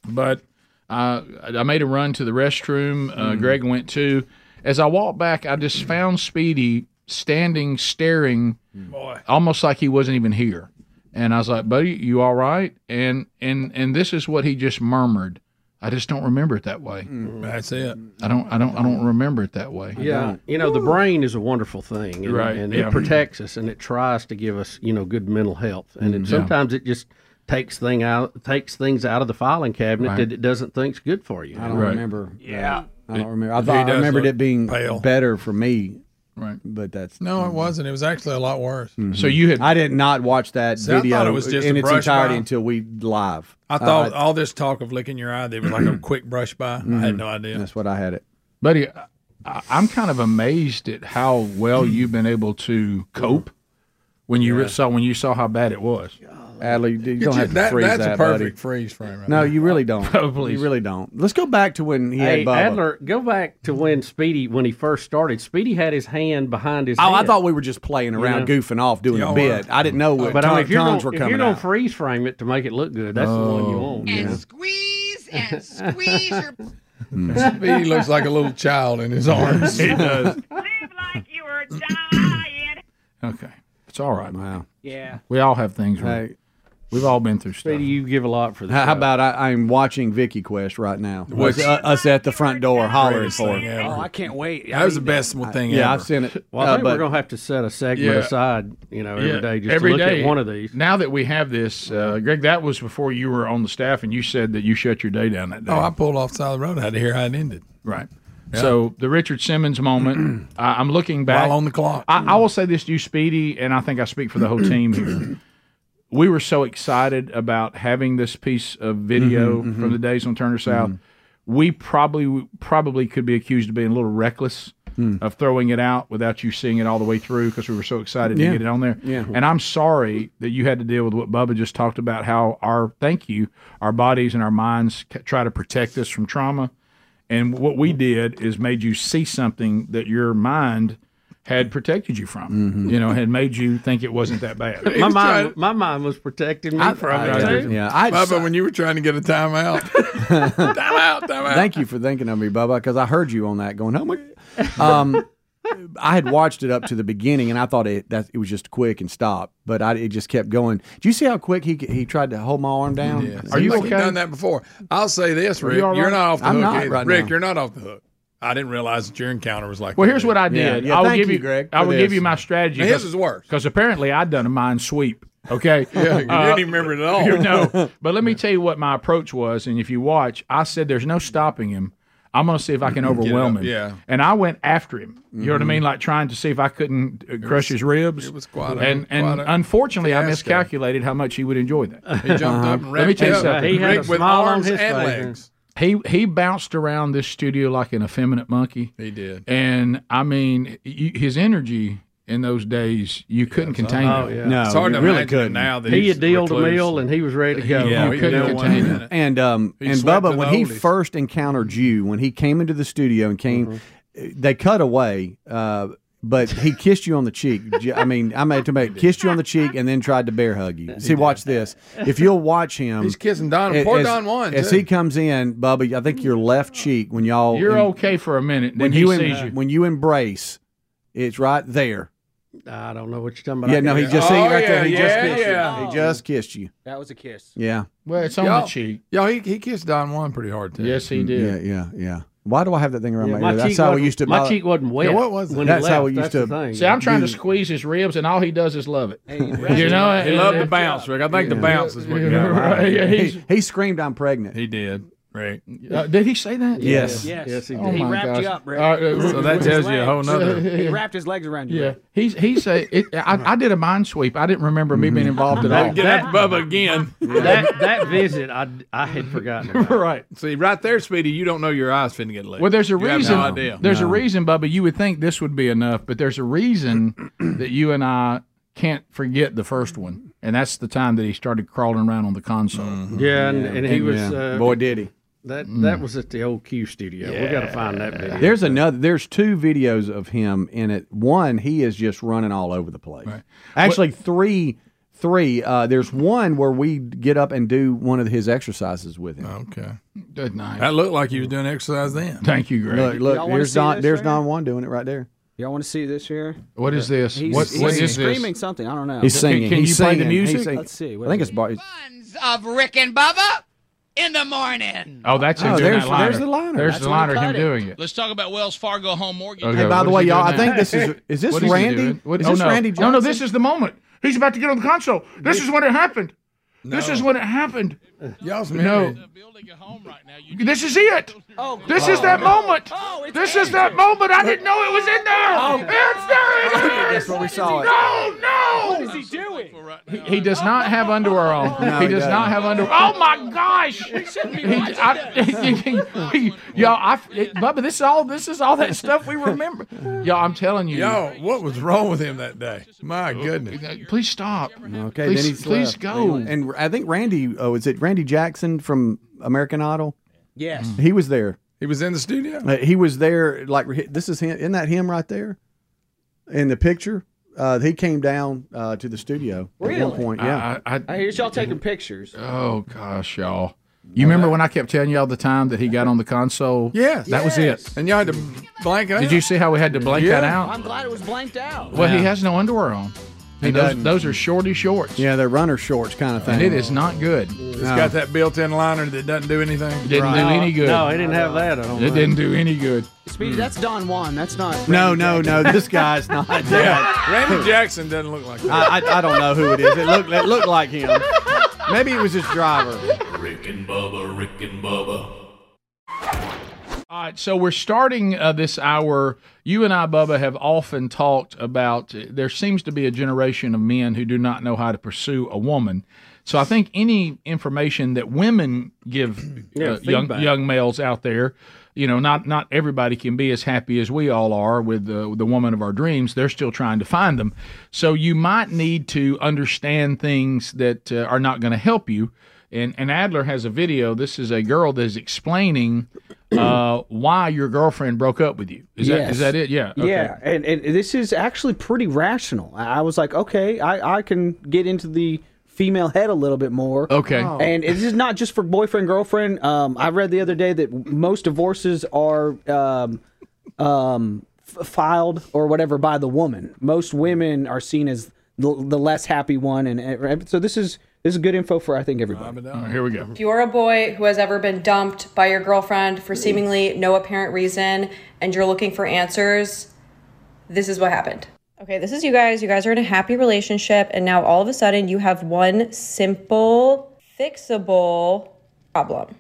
But uh, I made a run to the restroom. Uh,
Mm.
Greg went too. As I walked back, I just found Speedy standing, staring,
Boy.
almost like he wasn't even here. And I was like, "Buddy, you all right?" And and and this is what he just murmured. I just don't remember it that way.
That's it.
I don't. I don't. I don't remember it that way.
Yeah, you know the brain is a wonderful thing, and,
Right,
And
yeah.
it protects us, and it tries to give us, you know, good mental health. And
Mhm.
Mm-hmm.
it,
Yeah.
sometimes it just takes thing out, takes things out of the filing cabinet
Right.
that it doesn't think's good for you.
I don't remember.
Yeah.
I don't remember. I
He
thought I
does
remembered
look
it being
pale.
better for me.
Right.
But that's
No, it wasn't. It was actually a lot worse.
Mhm.
So you had
I did not watch that
See, I thought
video
it was just
in
a
its
brush
entirety
by.
until we live.
I thought
Uh,
all this talk of licking your eye, there was like a quick brush by. I had no idea.
Mm-hmm. That's what I had it.
Buddy, I- I'm kind of amazed at how
Mm-hmm.
well you've been able to cope when you re- saw when you saw how bad it was.
Adley, you don't have to
that-
freeze
that's a
that,
perfect
buddy.
freeze frame right
no,
there.
you really don't.
Oh, please.
You really don't. Let's go back to when he
Hey,
had Bubba.
Adler, go back to when Speedy, when he first started, Speedy had his hand behind his
Oh, I
head.
thought we were just playing
You
around,
know?
goofing off, doing a bit. I didn't know what
but I mean, if you're
tongues
gonna,
were coming
If you're
out.
gonna freeze frame it to make it look good, that's the one you
Oh,
want.
And
squeeze and squeeze your. Hmm.
Mm.
Speedy looks like a little child in his arms.
He does. Okay, it's all right.
Wow.
Yeah.
We all have things.
Hey.
Right. We've all been through stuff.
Speedy, you give a lot for the
How
show.
how about I, I'm watching Vicky Quest right now?
What's-
Us, uh, us at the front door hollering
Greatest
for
thing
her.
ever.
Oh, I can't wait.
That was the best thing
Yeah,
ever.
I've seen it.
Well, I
Uh,
think
but-
we're gonna have to set a segment
Yeah.
aside, you know, every day just
every
to look
day.
at one of these.
Now that we have this, uh, Greg, that was before you were on the staff, and you said that you shut your day down that day.
Oh, I pulled off the side of the road. I had to hear how it ended.
Right.
Yeah.
So the Richard Simmons moment, I, I'm looking back
While on the clock.
I, I will say this to you, Speedy, and I think I speak for the whole team here. We were so excited about having this piece of video
Mhm, mhm. Mm-hmm.
from the days on Turner South. We probably probably could be accused of being a little reckless
Hmm.
of throwing it out without you seeing it all the way through because we were so excited
Yeah.
to get it on there.
Yeah.
And I'm sorry that you had to deal with what Bubba just talked about how our, thank you, our bodies and our minds c- try to protect us from trauma. And what
Mm.
we did is made you see something that your mind had protected you from,
Mm-hmm.
you know, had made you think it wasn't that bad.
my mind, my mind was protecting me
I-
from
I-
it.
I-
too.
yeah, I-
Bubba, when you were trying to get a timeout,
Thank you for thinking of me, Bubba, because I heard you on that going, oh my. Um, I had watched it up to the beginning, and I thought it that it was just quick and stopped, but I, it just kept going. Do you see how quick he he tried to hold my arm down?
Are you okay? done that before? I'll say this,
Are you
Rick.
all
You are
right?
not off the
I'm
hook.
not
either.
right
Rick,
now.
you're not off the hook. I didn't realize that your encounter was like.
Well,
that,
here's what I did. I will give you, I will give you my strategy.
Now, his is worse.
because apparently I'd done a mind sweep. Okay,
Yeah, you
Uh,
didn't even remember it at all.
you know, but let me tell you what my approach was. And if you watch, I said there's no stopping him. I'm going to see if I can
Get it
overwhelm
up,
him.
yeah.
And I went after him. You know what I
Mhm.
mean? Like trying to see if I couldn't uh, crush his ribs. It
was quite a-
And and
quite a
unfortunately, I
fiasco.
miscalculated how much he would enjoy that.
He jumped up and
Let me
wrapped
tell you
it up.
something.
He had a Rick with smile on arms his and face. legs.
He he bounced around this studio like an effeminate monkey.
He did.
And I mean, y his energy in those days, you couldn't contain
Oh,
it.
yeah. No, It's hard you to really imagine it couldn't. now that He he's had dealed a recluse. meal and he was ready to go.
Yeah, you couldn't contain it.
And um,
He
and
slept
Bubba,
with
when
the
he
oldies.
first encountered you, when he came into the studio and came, uh, they cut away. Uh, but he kissed you on the cheek. J- I mean, I made to make kissed you on the cheek and then tried to bear hug you. See, watch this. If you'll watch him,
He's kissing Don.
a-
Poor
as-
Don won,
As
too.
he comes in, Bubba, I think your left cheek when y'all
You're
in-
okay for a minute. Then
when
he
you, em-
sees you.
when you embrace, it's right there.
I don't know what you're talking about.
yeah, no, he
Oh,
just see
seen
right there. He just kissed
yeah.
you. He just kissed you.
That was a kiss.
Yeah.
Well, it's on
Y'all-
the cheek. Mm-hmm.
Y'all, he, he kissed Don Juan pretty hard, too.
Yes,
Mm, Yeah, yeah, yeah. Why do I have that thing around
Yeah,
my
my
ear? That's
cheek
how we
wasn't-
used to.
my
buy-
cheek wasn't wet Yeah, what was it? when he
That's how
left,
we used
that's
to.
the thing.
See, I'm trying to
You-
squeeze his ribs, and all he does is love it. you
right.
know,
He
and-
loved
and-
the bounce, Rick. I think the bounce is what got him.
Right, yeah, he's-
he, he screamed, "I'm pregnant."
He did. Right.
Uh, did he say that?
Yes.
Yes.
Yes, he
he,
did. Oh, my
wrapped
gosh.
you up, Rick.
All right, uh, So that tells you a whole nother-
He wrapped his legs around you.
Yeah,
Rick.
he's he's a. It, I, I did a mind sweep. I didn't remember me
Mm-hmm.
being involved at all.
Get after Bubba again.
that that visit, I I had forgotten. About.
right.
See, right there, Speedy, you don't know your eyes finna get lit.
Well, there's a
You have
reason.
no idea.
There's a reason, Bubba. You would think this would be enough, but there's a reason that you and I can't forget the first one, and that's the time that he started crawling around on the console.
Mm-hmm.
Yeah, and, and he was uh,
he?
That
Mm.
that was at the old Q studio. We got to find that video.
There's another. There's two videos of him in it. One, he is just running all over the place. Actually, three, three. Uh, there's one where we get up and do one of his exercises with him.
Okay.
Good night.
That looked like he was doing exercise then.
Thank you, Greg.
Look, look.
Y'all wanna
There's
see
Don.
this
There's
right
Don Juan doing it right there.
Y'all want to see this here?
What is this?
He's,
What-
he's
what is this?
screaming something. I don't know.
He's singing. He's singing. He's singing.
Let's see.
I think it's Bar-
Of Rick and Bubba in the morning.
Oh, that's him
Oh,
doing
there's-
that liner.
there's the liner.
There's
That's
the
when he
liner. Him
cut it.
doing it.
Let's talk about Wells Fargo Home Mortgage.
Okay,
hey, by the
what
way,
is he
y'all,
doing
I think
now?
this is is this
What he
Randy?
doing? What-
is
oh,
this
no.
Randy
No,
Johnson?
no, this is the moment. He's about to get on the console. This is when it happened. This is when it happened.
Y'all's
no. This is it. this is that moment. this is that moment. I didn't know it was in there. It's there. It is.
That's what we saw. It.
No, no. What is he doing? He, he does not have underwear on.
No,
he
he
does not
doesn't.
have underwear. Oh my gosh! He, I, he- y'all, I, it, Bubba, this is all this is all that stuff we remember. Y'all, I'm telling you.
Yo, what was wrong with him that day? My goodness.
Please stop.
Okay,
Please-
then he's
please
left.
go.
And I think Randy, oh, is it Randy Jackson from American Idol?
Yes.
Mm-hmm.
He was there.
He was in the studio.
Uh, he was there. Like he- this is him. Isn't that him right there in the picture? Uh, he came down uh, to the studio at one
Really?
point. Yeah.
I, I,
I hear y'all taking pictures.
Oh gosh, y'all. You remember when I kept telling y'all the time that he got on the console?
Yes.
That was it.
And y'all had to blank it
Did
out.
you see how we had to blank that
Yeah.
out?
I'm glad it was blanked out.
Well, he has no underwear on.
He
And those,
doesn't.
those are shorty shorts.
yeah, they're runner shorts kind of thing.
And it is not good.
It's got that built-in liner that doesn't do anything.
Didn't do any good.
that. I
It didn't do any good.
Speedy, that's Don Juan. That's not.
Mm. No, no, no. This guy's not. that.
Yeah, Randy Jackson doesn't look like that.
I, I, I don't know who it is. It looked it looked like him. Maybe it was his driver.
Rick and Bubba, Rick and Bubba,
All right, so we're starting uh, this hour. You and I, Bubba, have often talked about uh, there seems to be a generation of men who do not know how to pursue a woman. So I think any information that women give
Yeah,
uh, young
feedback.
young males out there you know, not not everybody can be as happy as we all are with the the woman of our dreams. They're still trying to find them. So you might need to understand things that uh, are not going to help you. And and Adler has a video. This is a girl that is explaining uh, why your girlfriend broke up with you. Is that is that it? Yeah. okay.
Yeah. And, and this is actually pretty rational. I I was like, okay, I, I can get into the female head a little bit more.
Okay. Oh.
And this is not just for boyfriend, girlfriend. Um, I read the other day that most divorces are um, um, f- filed or whatever by the woman. Most women are seen as the, the less happy one. And, and so this is. This is good info for I think everybody.
All right, here we go.
If you're a boy who has ever been dumped by your girlfriend for seemingly no apparent reason and you're looking for answers, this is what happened. Okay, this is you guys. You guys are in a happy relationship, and now all of a sudden you have one simple, fixable problem.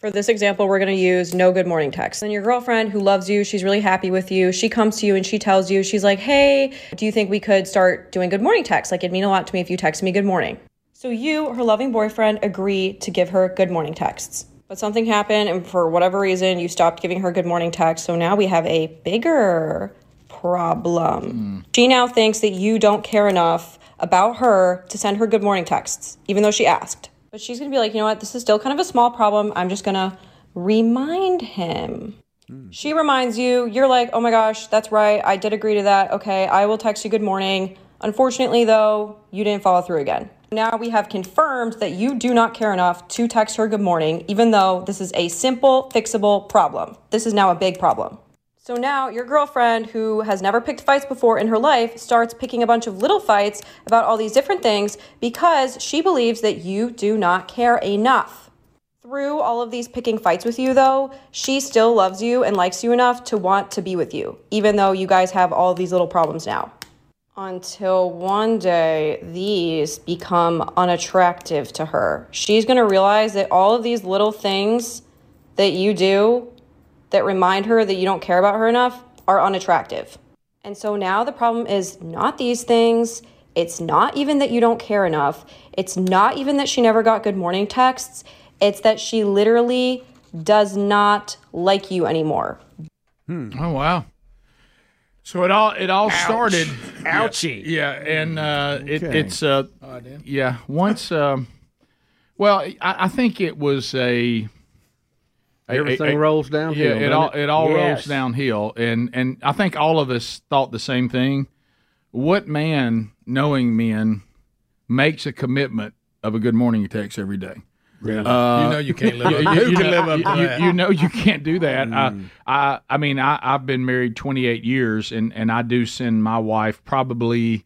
For this example, we're going to use no good morning text. And your girlfriend who loves you, she's really happy with you. She comes to you and she tells you, she's like, hey, do you think we could start doing good morning texts? Like, it'd mean a lot to me if you text me good morning. So you, her loving boyfriend, agree to give her good morning texts. But something happened, and for whatever reason, you stopped giving her good morning texts. So now we have a bigger problem. She now thinks that you don't care enough about her to send her good morning texts, even though she asked. But she's going to be like, you know what? This is still kind of a small problem. I'm just going to remind him. She reminds you, you're like, oh my gosh, that's right. I did agree to that. Okay, I will text you good morning. Unfortunately, though, you didn't follow through again. Now we have confirmed that you do not care enough to text her good morning, even though this is a simple, fixable problem. This is now a big problem. So now your girlfriend, who has never picked fights before in her life, starts picking a bunch of little fights about all these different things because she believes that you do not care enough. Through all of these picking fights with you, though, she still loves you and likes you enough to want to be with you, even though you guys have all these little problems now. Until one day these become unattractive to her. She's gonna realize that all of these little things that you do that remind her that you don't care about her enough are unattractive. And so now the problem is not these things. It's not even that you don't care enough. It's not even that she never got good morning texts. It's that she literally does not like you anymore.
Hmm.
Oh wow. So it all it all started. Ouchie. Yeah, and uh, it,
Okay.
it's uh,
Oh,
yeah. Once, um, well, I, I think it was a. a-
Everything rolls downhill,
Yeah, it
doesn't
all
it?
it all rolls
Yes.
downhill, and and I think all of us thought the same thing. What man, knowing men, makes a commitment of a good morning text every day?
Yeah.
Uh,
You know you can't live
you-
up-
you-
who
you
can
know-
live up
you-
to
you-
that?
You know you can't do that. I, I I mean I I've been married 28 years and and I do send my wife probably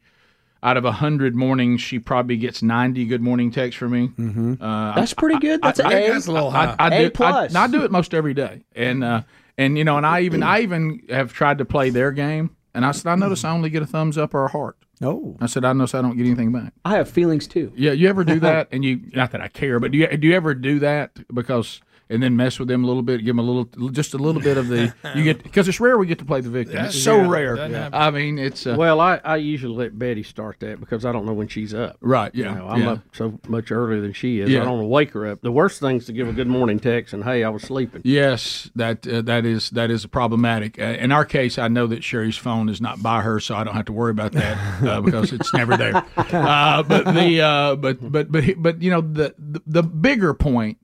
out of 100 mornings she probably gets 90 good morning texts from me. Mm-hmm. Uh,
That's pretty good. That's
I-
an A.
I- I, I,
A
do,
plus.
I, I do it most every day, and uh, and you know, and I even I even have tried to play their game, and I said I notice I only get a thumbs up or a heart.
No,
I said I notice I don't get anything back.
I have feelings too.
Yeah, you ever do that? and you not that I care, but do you do you ever do that because? And then mess with them a little bit, give them a little, just a little bit of the you get because it's rare we get to play the victim. it's so rare. I mean, it's uh,
well, I, I usually let Betty start that because I don't know when she's up.
Right,
You
yeah,
know, I'm
yeah.
up so much earlier than she is.
Yeah.
I don't want to wake her up. The worst thing is to give a good morning text and hey, I was sleeping.
Yes, that uh, that is that is problematic. Uh, in our case, I know that Sherry's phone is not by her, so I don't have to worry about that uh, because it's never there. Uh, but the uh, but but but but you know the, the the bigger point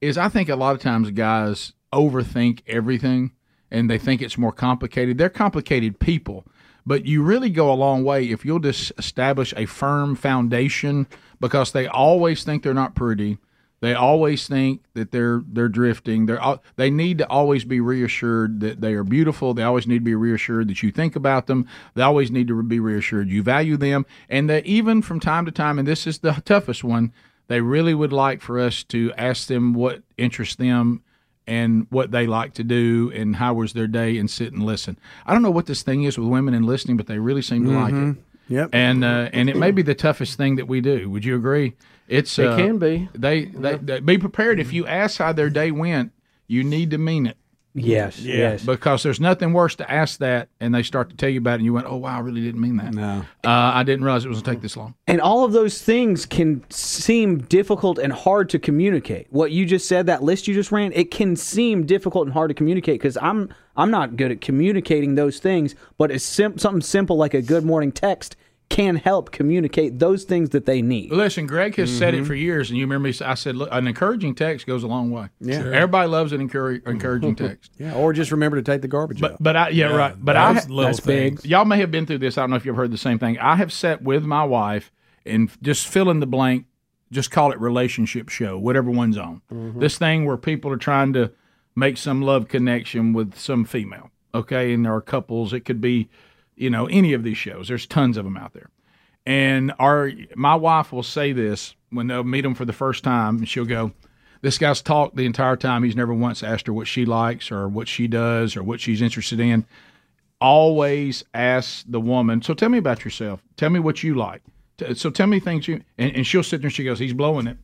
is I think a lot of times guys overthink everything and they think it's more complicated. They're complicated people, but you really go a long way if you'll just establish a firm foundation because they always think they're not pretty. They always think that they're they're drifting. They're al- they need to always be reassured that they are beautiful. They always need to be reassured that you think about them. They always need to be reassured you value them, and that even from time to time, and this is the toughest one, they really would like for us to ask them what interests them and what they like to do and how was their day and sit and listen. I don't know what this thing is with women and listening, but they really seem to like it.
Yep.
And uh, and it may be the toughest thing that we do. Would you agree? It's
It
uh,
can be.
They, they, they be prepared. If you ask how their day went, you need to mean it.
Yes,
Yeah.
yes.
Because there's nothing worse to ask that, and they start to tell you about it, and you went, "Oh wow, I really didn't mean that. No, uh, I didn't realize it was gonna take this long."
And all of those things can seem difficult and hard to communicate. What you just said, that list you just ran, it can seem difficult and hard to communicate because I'm I'm not good at communicating those things. But it's sim- something simple like a good morning text can help communicate those things that they need.
Listen, Greg has said it
Mm-hmm.
Mhm.
for years, and you remember me. I said, "Look, an encouraging text goes a long way."
Yeah. Sure.
everybody loves an encourage, encouraging text.
Yeah, or just remember to take the garbage out.
But I, yeah, right. But I,
Those little That's big.
Y'all may have been through this. I don't know if you've heard the same thing. I have sat with my wife and just fill in the blank. Just call it relationship show, whatever one's on.
Mm-hmm.
This thing where people are trying to make some love connection with some female. Okay, and there are couples. It could be, you know, any of these shows. There's tons of them out there. And our my wife will say this when they'll meet him for the first time, and she'll go, "This guy's talked the entire time. He's never once asked her what she likes or what she does or what she's interested in." Always ask the woman. So tell me about yourself. Tell me what you like. T- So tell me things you. And, and she'll sit there and she goes, "He's blowing it."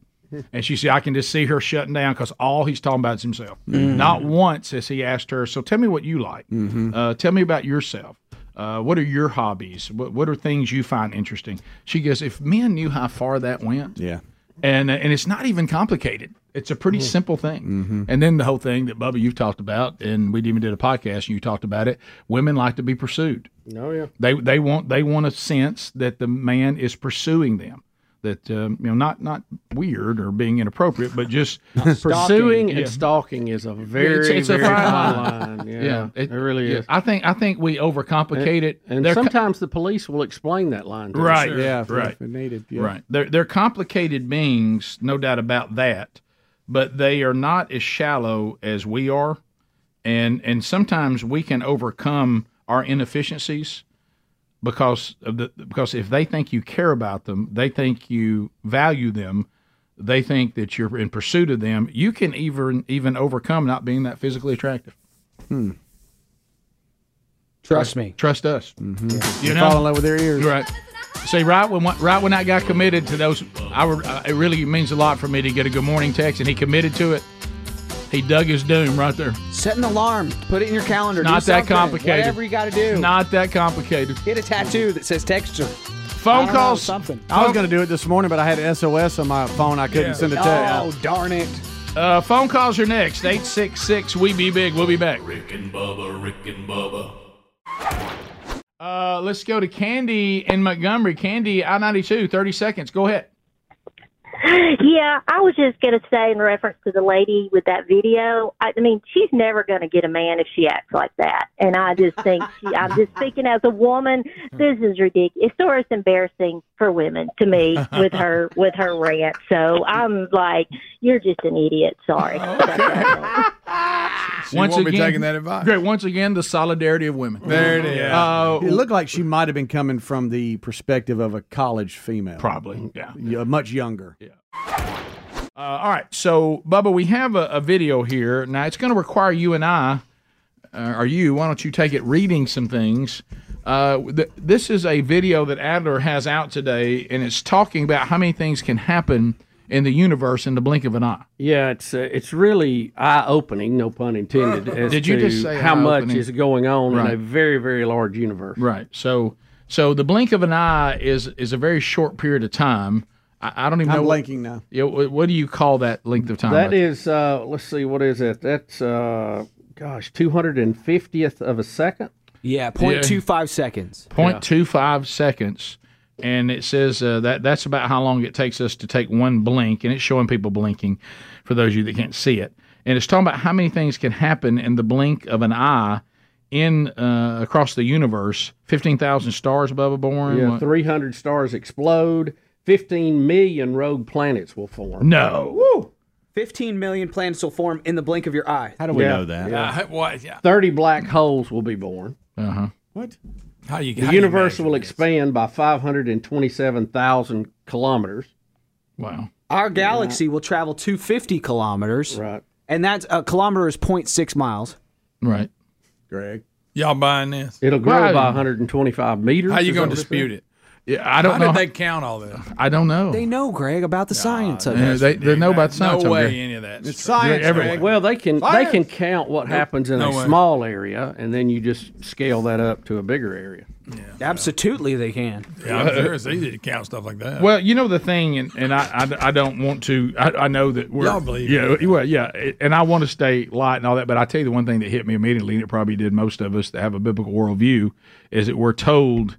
And she said, I can just see her shutting down because all he's talking about is himself.
Mm.
Not once has he asked her, So tell me what you like. Uh, tell me about yourself. Uh, what are your hobbies? What, what are things you find interesting? She goes, If men knew how far that went,
Yeah.
and, and it's not even complicated, it's a pretty
Mhm.
simple thing. Mm-hmm. And then the whole thing that, Bubba, you've talked about, and we even did a podcast and you talked about it women like to be pursued.
No, Oh, yeah.
They they want they want a sense that the man is pursuing them. That um, you know, not not weird or being inappropriate, but just
Pursuing and
Yeah.
stalking is a very,
It's- it's a
very
fine
fine line. Yeah, it, really
yeah.
is.
I think I think we overcomplicate it.
And
They're co-
sometimes the police will explain that line. To us.
right, right,
yeah.
right. They're they're complicated beings, no doubt about that. But they are not as shallow as we are, and and sometimes we can overcome our inefficiencies because of the because if they think you care about them, they think you value them, they think that you're in pursuit of them. You can even even overcome not being that physically attractive.
Hmm.
Trust me.
Trust us.
Mm-hmm.
They fall in love with their ears.
Right. See, right when right when I got committed to those, I were, uh, it really means a lot for me to get a good morning text, and he committed to it. He dug his doom right there.
Set an alarm. Put it in your calendar.
Not
Do
that
something.
complicated.
Whatever you got to do.
Not that complicated.
Get a tattoo that says texture.
Phone calls.
something.
I was going to do it this morning, but I had SOS on my phone. I couldn't send a text.
Oh, darn it. Uh, phone calls are next. 866 We Be Big. We'll be back.
Rick and Bubba, Rick and Bubba.
Uh, let's go to Candy in Montgomery. Candy, I 92, 30 seconds. Go ahead.
Yeah, I was just going to say in reference to the lady with that video. I, I mean, she's never going to get a man if she acts like that. And I just think she, I'm just speaking as a woman. This is ridiculous. It's sort of embarrassing for women to me with her with her rant. So I'm like, you're just an idiot. Sorry.
She won't be taking that advice.
Great. Once again, the solidarity of women.
There it is.
Uh,
it looked like she might have been coming from the perspective of a college female.
Probably, yeah.
much younger.
Yeah. Uh, all right, so Bubba, we have a, a video here. Now it's going to require you and I, uh, or you, why don't you take it reading some things? Uh, th- this is a video that Adler has out today, and it's talking about how many things can happen in the universe in the blink of an eye.
Yeah, it's uh, it's really eye opening, no pun intended, as
Did you
to
just say
how much
eye-opening?
is going on
Right.
in a very very large universe.
Right. So, so the blink of an eye is is a very short period of time. I, I don't even
I'm
know. what-
blanking now.
Yeah, what, what do you call that length of time?
That is, uh, let's see, what is it? That's uh, gosh, two hundred and fiftieth of a second.
Yeah,
Yeah.
0.25 seconds.
Point two five seconds, and it says uh, that that's about how long it takes us to take one blink, and it's showing people blinking for those of you that can't see it, and it's talking about how many things can happen in the blink of an eye in uh, across the universe. Fifteen thousand stars above a born.
Yeah,
What?
three hundred stars explode. Fifteen million rogue planets will form.
No.
Woo! 15 million planets will form in the blink of your eye. How
do we Yeah. know that?
Yeah. I- what? Yeah.
Thirty black holes will be born.
Uh huh.
What?
How you?
The
how you
universe will expand by five hundred and twenty-seven thousand kilometers.
Wow.
Our galaxy will travel 250 kilometers.
Right.
And that's a kilometer is 0.6 miles.
Right.
Greg.
Y'all buying this?
It'll grow
Right.
by 125 meters.
How you
is
gonna
what it
dispute
said.
it?
Yeah, I don't
How
know.
did they count all this?
I don't know.
They know, Oh, Greg, about the science of
Yeah,
it.
they- they know about No science
No way any of that.
Well, they can
Science.
they can count what happens in
No
a
way.
small area, and then you just scale that up to a bigger area.
Absolutely, they can.
Yeah, I'm sure it's easy to count stuff like that.
Well, you know the thing, and, and I, I, I don't want to. I, I know that we're
Y'all believe
yeah, well, yeah, it- and I want to stay light and all that. But I tell you the one thing that hit me immediately, and it probably did most of us that have a biblical worldview, is that we're told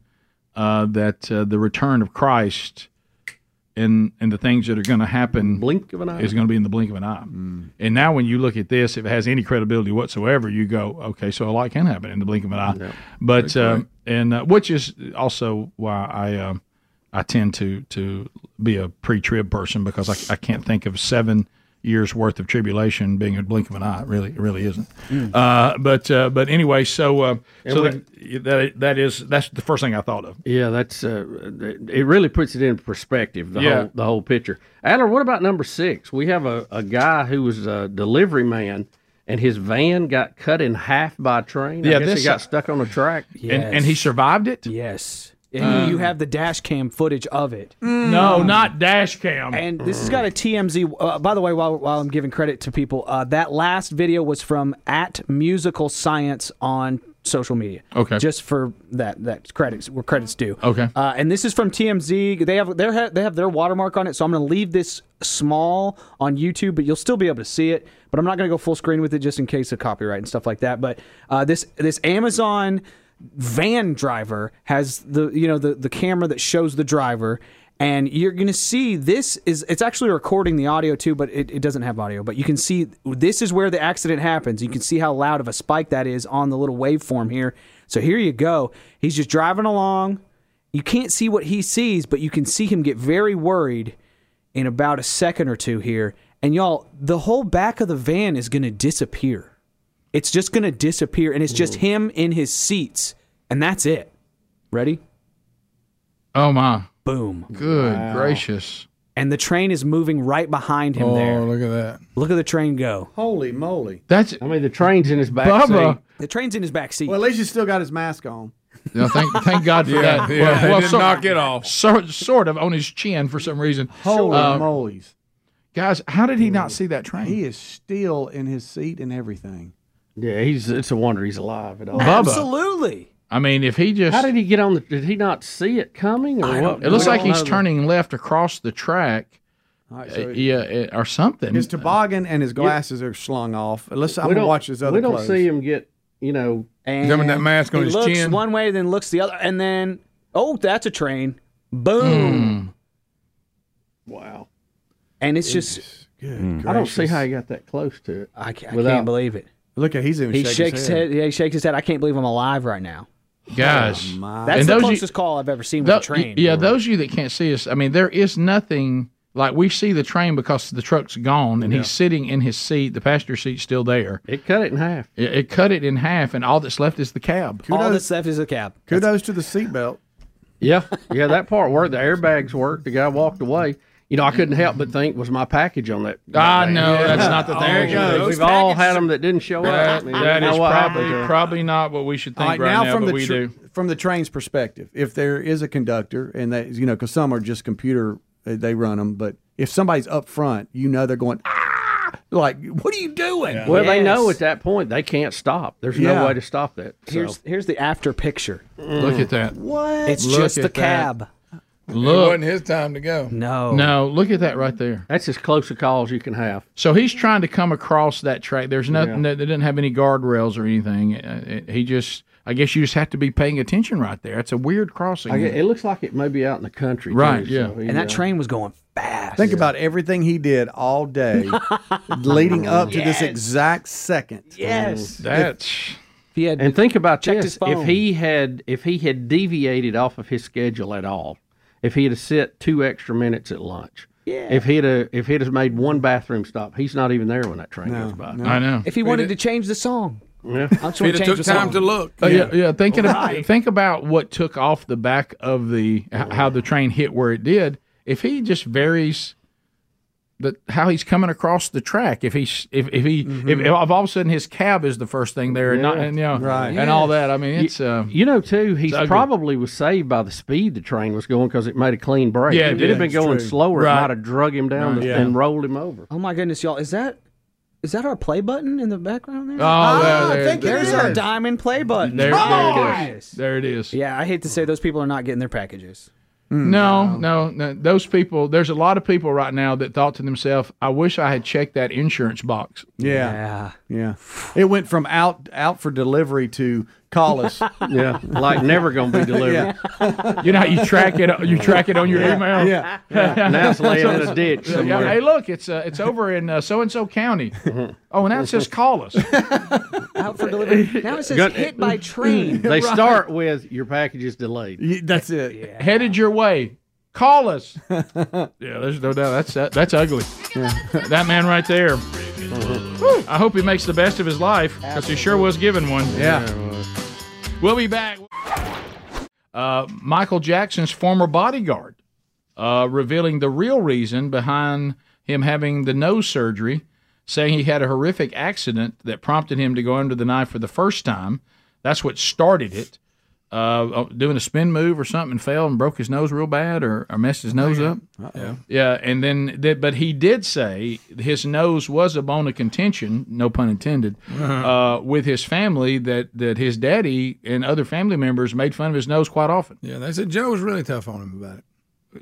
uh, that uh, the return of Christ and and the things that are going to happen
blink of an eye
is going to be in the blink of an eye.
Mm.
And now when you look at this, if it has any credibility whatsoever, you go, okay, so a lot can happen in the blink of an eye. But
Good
um, and uh, which is also why I um, I tend to to be a pre-trib person because I, I can't think of seven years worth of tribulation being a blink of an eye. It really, it really isn't.
Hmm.
Mm.
Uh, but uh, but anyway, so uh,
And
so
we-
that, that that is that's the first thing I thought of.
Yeah, that's uh, it. Really puts it in perspective the
Yeah.
whole the whole picture. Adler, what about number six? We have a, a guy who was a delivery man, and his van got cut in half by a train. I
Yeah,
guess
this-
he got stuck on a track,
And, and he survived it.
Yes. And
Uh,
you- you have the dash cam footage of it.
Mm.
Um,
No, not dash cam.
And this has got a TMZ. Uh, by the way, while, while I'm giving credit to people, uh, that last video was from at Musical Science on social media.
Okay.
Just for that that credits where credits due.
Okay.
Uh, and this is from TMZ. They have their they have their watermark on it, so I'm going to leave this small on YouTube, but you'll still be able to see it. But I'm not going to go full screen with it just in case of copyright and stuff like that. But uh, this this Amazon van driver has the you know the the camera that shows the driver. And you're going to see this is, it's actually recording the audio too, but it, it doesn't have audio. But you can see this is where the accident happens. You can see how loud of a spike that is on the little waveform here. So here you go. He's just driving along. You can't see what he sees, but you can see him get very worried in about a second or two here. And y'all, the whole back of the van is going to disappear. It's just going to disappear, and it's just him in his seats, and that's it. Ready?
Oh my!
Boom!
Good gracious!
And the train is moving right behind
Oh.
him. there.
Oh, look at that!
Look at the train go.
Holy moly.
That's.
I mean, the train's in his back
Bubba.
seat.
The train's in his back seat.
Well, at least he's still got his mask on.
No, thank thank God for
Yeah,
that.
yeah, they did knock it
off.
Sort, sort of on his chin for some reason.
Holy
Uh,
moly's.
Guys, how did he not see that train?
He is still in his seat and everything.
Yeah, he's it's a wonder he's alive at all.
Bubba.
Absolutely.
I mean, if he just
How did he get on the? Did he not see it coming, or what?
it looks
we
like
don't
he's
know the-
turning left across the track.
so
Uh, yeah, uh, or something.
His toboggan and his glasses are slung off. Let's. I'm gonna watch his other.
We don't
clothes.
see him get. You know,
And he looks one way, then looks the other, and then oh, that's a train. Boom!
Wow.
And it's just Hmm.
I don't see how he got that close to it.
I can't,
Without-
can't believe it.
Look at he's even
he
shaking
shakes
his
his
head.
head. Yeah, he shakes his head. I can't believe I'm alive right now.
Guys,
Oh, my. that's the
those you-
closest call I've ever seen with
Tho-
a train.
Yeah, those of you that can't see us, I mean, there is nothing like we see the train because the truck's gone and
Yeah.
he's sitting in his seat. The passenger seat's still there.
It cut it in half.
It, cut it in half, and all that's left is the cab.
All that's left is a cab.
Kudos to the seatbelt.
Yeah, yeah, that part worked. The airbags worked. The guy walked away. You know, I couldn't help but think, was my package on that?
Ah,
goddamn-
no, that's not the thing.
There you go. We've all had them that didn't show up.
That-
I mean,
that
you know
is
what happened
probably
to 'em.
probably not what we should think
All right,
right now,
from
but
the
we
tr-
do.
from the train's perspective, if there is a conductor and that you know, because some are just computer, uh, they- they run them. But if somebody's up front, you know they're going ah, like what are you doing?
Well, they know at that point they can't stop. There's
Yeah.
no way to stop that. So. Mm.
Here's here's the after picture.
Look at that.
What?
It's
Look
just
at
the
that.
cab.
It
Look.
wasn't his time to go.
No.
No, look at that right there.
That's as close a call as you can have.
So he's trying to come across that track. There's nothing
Yeah.
that they didn't have any guardrails or anything. Uh, it- He just, I guess you just have to be paying attention right there. It's a weird crossing.
I get, it looks like it may be out in the country, too,
Right, yeah.
so, uh,
And
you
And that
know.
train was going
Think about everything he did all day leading up to this exact second.
Yes.
That's
He had
and think about
checked
this:
his phone.
if he had if he had deviated off of his schedule at all, if he had set two extra minutes at lunch,
Yeah.
if he'd a, if he'd have made one bathroom stop, he's not even there when that train goes by.
I know.
If he wanted to change the song,
Yeah.
I just
If he'd
want to
have
change
took
the
time
song.
to look.
Uh, yeah, yeah. Thinking
Right.
about, think about what took off the
Oh,
back of the h- how the train hit where it did. If he just varies the how he's coming across the track. If he's if if he if,
Mm-hmm.
if all of a sudden his cab is the first thing there, and not and you know, and all that. I mean, it's
you,
uh,
you know too. He
ugly.
probably was saved by the speed the train was going because it made a clean break.
Yeah, it
if it
did.
had been
It's
going
true.
slower,
Right.
it might have drug him down
Right.
the-
Yeah.
and rolled him over.
Oh my goodness, y'all! Is that is that our play button in the background there?
Oh, Ah,
there, there, I think it
there's our
is.
diamond play button.
There-
Come
there it
on!
is. there it is.
Yeah, I hate to say those people are not getting their packages.
Mm.
No, no, no. Those people, there's a lot of people right now that thought to themselves, I wish I had checked that insurance box.
Yeah. Yeah. It went from out out for delivery to call us.
Yeah. Like never gonna be delivered.
You know how you track it you track it on your
Yeah.
email?
Yeah.
Yeah. Now it's laying in a ditch
Yeah,
somewhere.
Hey, look, it's uh, it's over in so and so county. oh, and that says call us.
Out for delivery. Now it says
Gun-
hit by train.
Mm-hmm. They start with your package is delayed.
that's it.
Headed your way. Call us. yeah, there's no doubt. That's that, that's ugly. that man right there.
Mm-hmm.
Whew. I hope he makes the best of his life because he sure was given one.
Yeah.
We'll be back. Uh, Michael Jackson's former bodyguard uh, revealing the real reason behind him having the nose surgery, saying he had a horrific accident that prompted him to go under the knife for the first time. That's what started it. Uh, doing a spin move or something, and fell and broke his nose real bad, or, or messed his nose up.
Oh, Yeah.
Yeah, and then th- but he did say his nose was a bone of contention, no pun intended,
Uh-huh.
uh, with his family that that his daddy and other family members made fun of his nose quite often.
Yeah, they said Joe was really tough on him about it.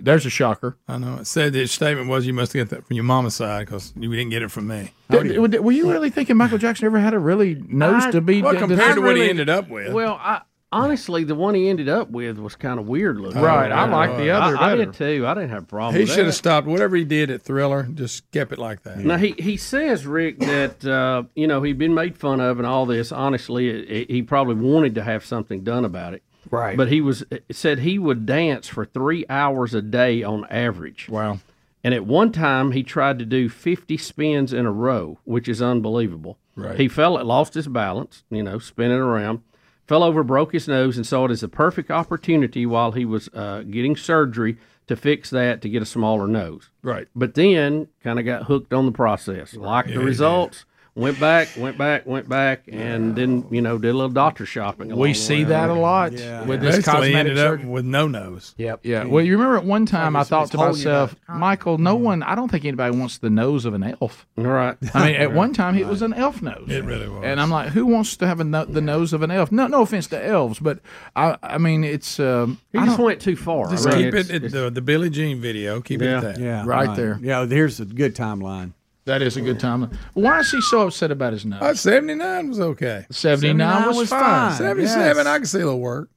There's a shocker.
I know. It said his statement was, "You must get that from your mama's side because you didn't get it from me."
Oh,
Did- were were you really thinking Michael Jackson ever had a really nose
I-
to be?
Well,
d-
compared
d-
to what he ended up with.
Well, I, honestly, the one he ended up with was kind of weird looking.
Right, I like the other
I, I
better.
did too. I didn't have a problem.
He
with
should
that.
have stopped whatever he did at Thriller. Just kept it like that.
Now he, he says Rick that uh, you know he'd been made fun of and all this. Honestly, it, it- he probably wanted to have something done about it.
Right.
But he was said he would dance for three hours a day on average.
Wow.
And at one time he tried to do fifty spins in a row, which is unbelievable.
Right.
He fell, lost his balance. You know, spinning around, fell over, broke his nose, and saw it as a perfect opportunity while he was uh, getting surgery to fix that to get a smaller nose.
Right.
But then kind of got hooked on the process, liked
Yeah,
the
he
results, went back, went back, went back, and then, you know, did a little doctor shopping. along the
We see
way.
that a lot with this
Basically, he
cosmetic
ended
surgery.
up with no nose.
Yep.
Yeah. Well, you remember at one time I
It's-
thought
it's
to
holding it
myself, Michael, no one, I don't think anybody wants the nose of an elf.
Right.
I mean, at one time it was an elf nose. It
really was.
And I'm like, who wants to have a no- the nose of an elf? No, no offense to elves, but I, I mean, it's. Um,
He
I
just
don't-
went too far.
Just
Right.
keep it at the, the Billie Jean video. Keep it
Yeah.
at that.
Yeah, Right right. there.
Yeah, here's a good timeline.
That is a good time. Why is he so upset about his nose?
Uh, 79 was okay.
79, was, fine.
77, I can see a little work.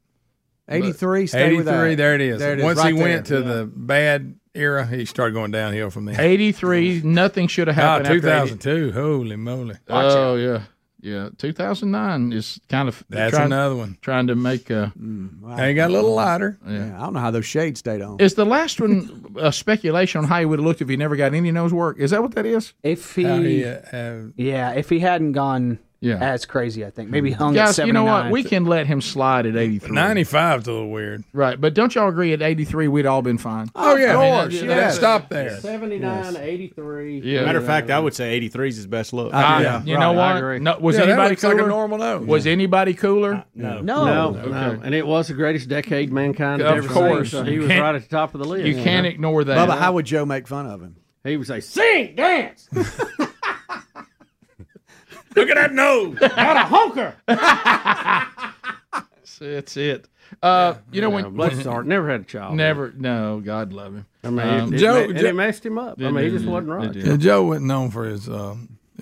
But
83, stay with that.
83, there it is.
There it is,
Once
right
he went
there.
to the bad era, he started going downhill from there.
83, nothing should have
Ah,
happened. after
2002, holy moly.
80. Oh, yeah. Yeah. 2009 is kind of.
That's another one.
Trying to make. Uh,
Mm,
They got a little lighter.
Yeah.
I don't know how those shades stayed on.
Is the last one a speculation on how he would have looked if he never got any nose work? Is that what that is?
If he,
Oh,
uh,
yeah, if he hadn't gone
Yeah.
as crazy, I think maybe hung at
Guys, you know
79.
what? We can let him slide at 83.
95 is a little weird.
Right, but don't y'all agree at 83 we'd all been fine?
Oh, yeah.
Of
I mean,
course,
that-
yeah.
that- Stop there.
79, 83.
Yeah.
Matter of fact, I would say 83 is his best look.
I- you know what? No, was anybody cooler? Was anybody cooler?
no.
No,
Okay.
no. and it was the greatest decade mankind had
Of
ever
course.
seen. So
You
he was
can't-
right at the top of the list.
you can't ignore that.
Bubba, how would Joe make fun of him?
He would say, "Sing, dance."
Look at that nose.
Got a honker.
That's- That's it. Uh, you know
Yeah,
when
bless his heart, never had a child.
Never. No, God love him.
I mean,
Um,
it,
Joe-
Joe, and
Joe-
it messed him up. I mean, he just wasn't right.
Yeah, Joe wasn't known for his uh,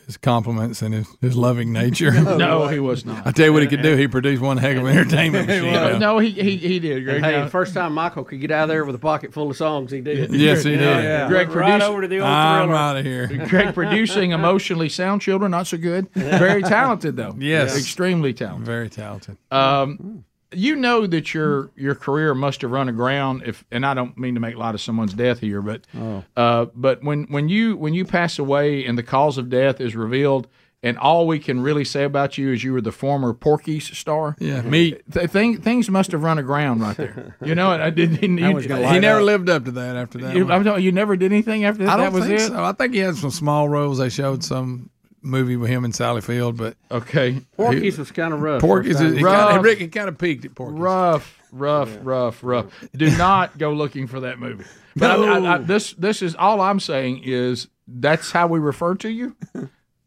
his compliments and his, his loving nature.
No, No, he was not.
I tell you what he could do. He produced one heck of an entertainment machine. though.
no, he he, he did. Greg.
And hey,
No.
first time Michael could get out of there with a pocket full of songs, he did.
Yes, he did.
Greg
Went right
produced-
over to the old
I'm
Thriller.
out of here.
Greg producing emotionally sound children, not so good. Very talented though.
Yes.
extremely talented.
Very talented.
Um, you know that your your career must have run aground. If and I don't mean to make light of someone's death here, Oh. but uh, but when when you when you pass away and the cause of death is revealed, and all we can really say about you is you were the former Porky's star.
Yeah, meat.
Th- thing, things must have run aground right there. You know, and I didn't. didn't-
That one's gonna
you-
light He never up. lived up to that after that
You,
one.
I'm talking- you never did anything after that.
I don't
that was
think
it.
so. I think he had some small roles. They showed some movie with him and Sally Field, but
okay.
Porky's was kind of rough.
Porky's
First
is,
time.
he kind
Rough.
of, Rick, he kind of peaked at Porky's.
Rough, rough, rough, rough. Do not go looking for that movie. But I, I, I, this this is all I'm saying is that's how we refer to you.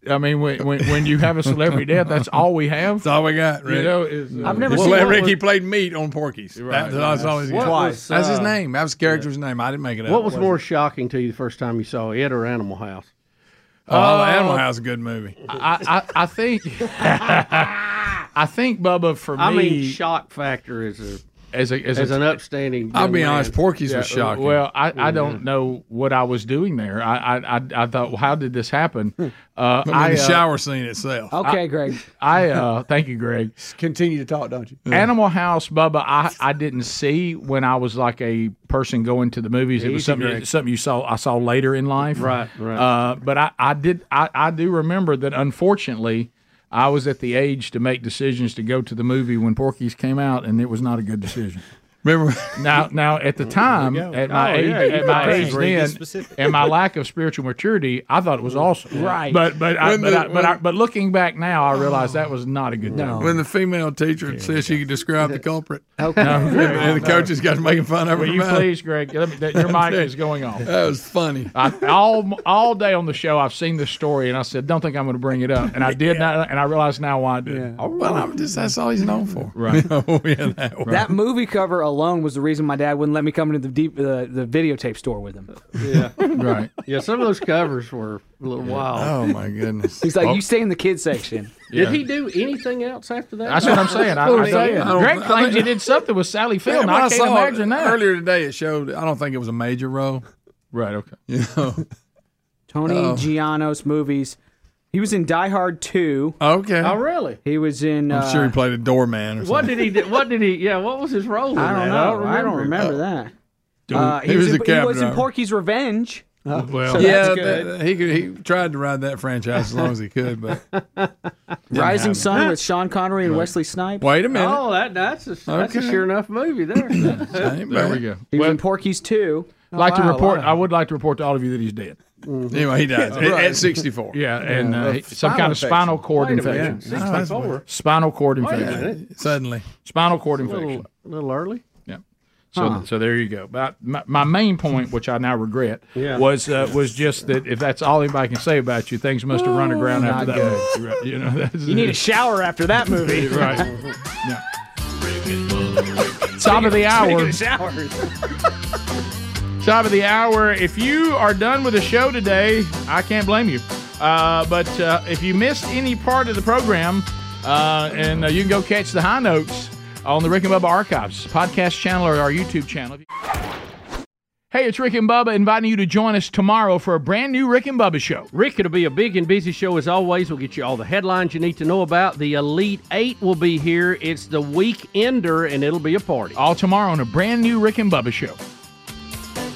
I mean, when when, when you have a celebrity death, that's all we have. That's
all we got. Rick.
You know, is uh,
I've never seen Rick. he played meat on Porky's.
Right, right.
That- that's all he's got.
What was,
that's his
uh,
name. That was the character's name. I didn't make it up.
What was
It
more shocking to you the first time you saw it or Animal House?
Uh,
Oh, Animal House is a good movie.
I, I, I think I think Bubba for me.
I mean, shock factor is a
as a as,
as
a-
an upstanding.
I'll
young
be
man. Mm-hmm.
honest, Porky's
was shocking.
Well, I, I
Yeah.
don't know what I was doing there. I I, I, I thought, well, how did this happen?
Hmm.
Uh, I,
I mean, the
uh,
shower scene itself.
Okay, I-
Greg.
I uh, thank you, Greg.
Continue to talk, don't you?
Animal House, Bubba. I, I didn't see when I was like a person going to the movies. It was
Easy,
something
Greg.
something you saw I saw later in life.
Right, right.
Uh, but I I did I, I do remember that unfortunately. I was at the age to make decisions to go to the movie when Porky's came out, and it was not a good decision.
Remember
now, now at the time,
go.
at my
Oh,
age,
yeah,
at
you
my
were
age
very
then,
specific.
and my lack of spiritual maturity, I thought it was awesome.
Right.
but but I,
When
but,
the-
I, but, I, but looking back now, I realize that was not a good time.
When the female teacher says she can describe the culprit,
Okay. No.
and, and the
No.
coaches got to making fun of her.
Will you
about it.
please, Greg? Let me, that, your mic is going off.
That was funny.
I, all all day on the show, I've seen this story, and I said, "Don't think I'm going to bring it up," and I did not, and I realize now why I did.
Oh, Well, I'm just that's all he's known for.
Right.
oh, yeah, that, one.
That movie cover alone was the reason my dad wouldn't let me come into the deep uh, the videotape store with him.
Yeah.
right.
Yeah, some of those covers were a little wild.
Oh my goodness.
He's like,
Oh.
you stay in the kids section.
Did he do anything else after that?
That's what I'm saying. I, I,
I don't-
Greg
I
claims
think-
he did something with Sally Field. and
when
I can't
saw it
imagine that.
Earlier today, it showed. I don't think it was a major role.
Right. Okay.
You know.
Tony
Oh.
Giannos movies. He was in Die Hard Two.
Okay.
Oh, really?
He was in.
I'm
uh,
sure he played a doorman or something.
What did he do? What did he? Yeah, what was his role? In
I don't
that?
know. I don't remember,
Oh.
that. Uh, he, was in, he was in Porky's Revenge.
Oh, Well,
So
yeah,
Oh, that's
that-
good.
he could, he tried to ride that franchise as long as he could, but didn't
Rising
happen.
Sun with Sean Connery and Wesley Snipes.
Wait a minute.
Oh, that that's a, that's a
Okay.
sure enough movie there.
There we go.
He was in Porky's Two.
like to report, I would like to report to all of you that he's dead.
Mm-hmm. Anyway, he dies at- at 64.
Yeah, and
Yeah.
uh,
A
some
spinal
kind of spinal
infection.
cord
Wait a minute.
infection.
Yeah, 64.
Spinal- Spinal cord
Wait a
infection.
minute. Suddenly,
spinal cord
a
infection.
little, little early.
Yeah. So,
Huh.
so there you go. But my, my main point, which I now regret,
Yeah.
was uh, was just that if that's all anybody can say about you, things must have run aground
Not
after that. Right, You know, that's
You need a shower after that movie.
right? Yeah. Top of the hour. Top of the hour. If you are done with the show today, I can't blame you. Uh, but uh, if you missed any part of the program, uh, and uh, you can go catch the high notes on the Rick and Bubba Archives podcast channel or our YouTube channel. Hey, it's Rick and Bubba inviting you to join us tomorrow for a brand new Rick and Bubba show.
Rick, it'll be a big and busy show as always. We'll get you all the headlines you need to know about. The Elite Eight will be here. It's the weekender, and it'll be a party.
All tomorrow on a brand new Rick and Bubba show.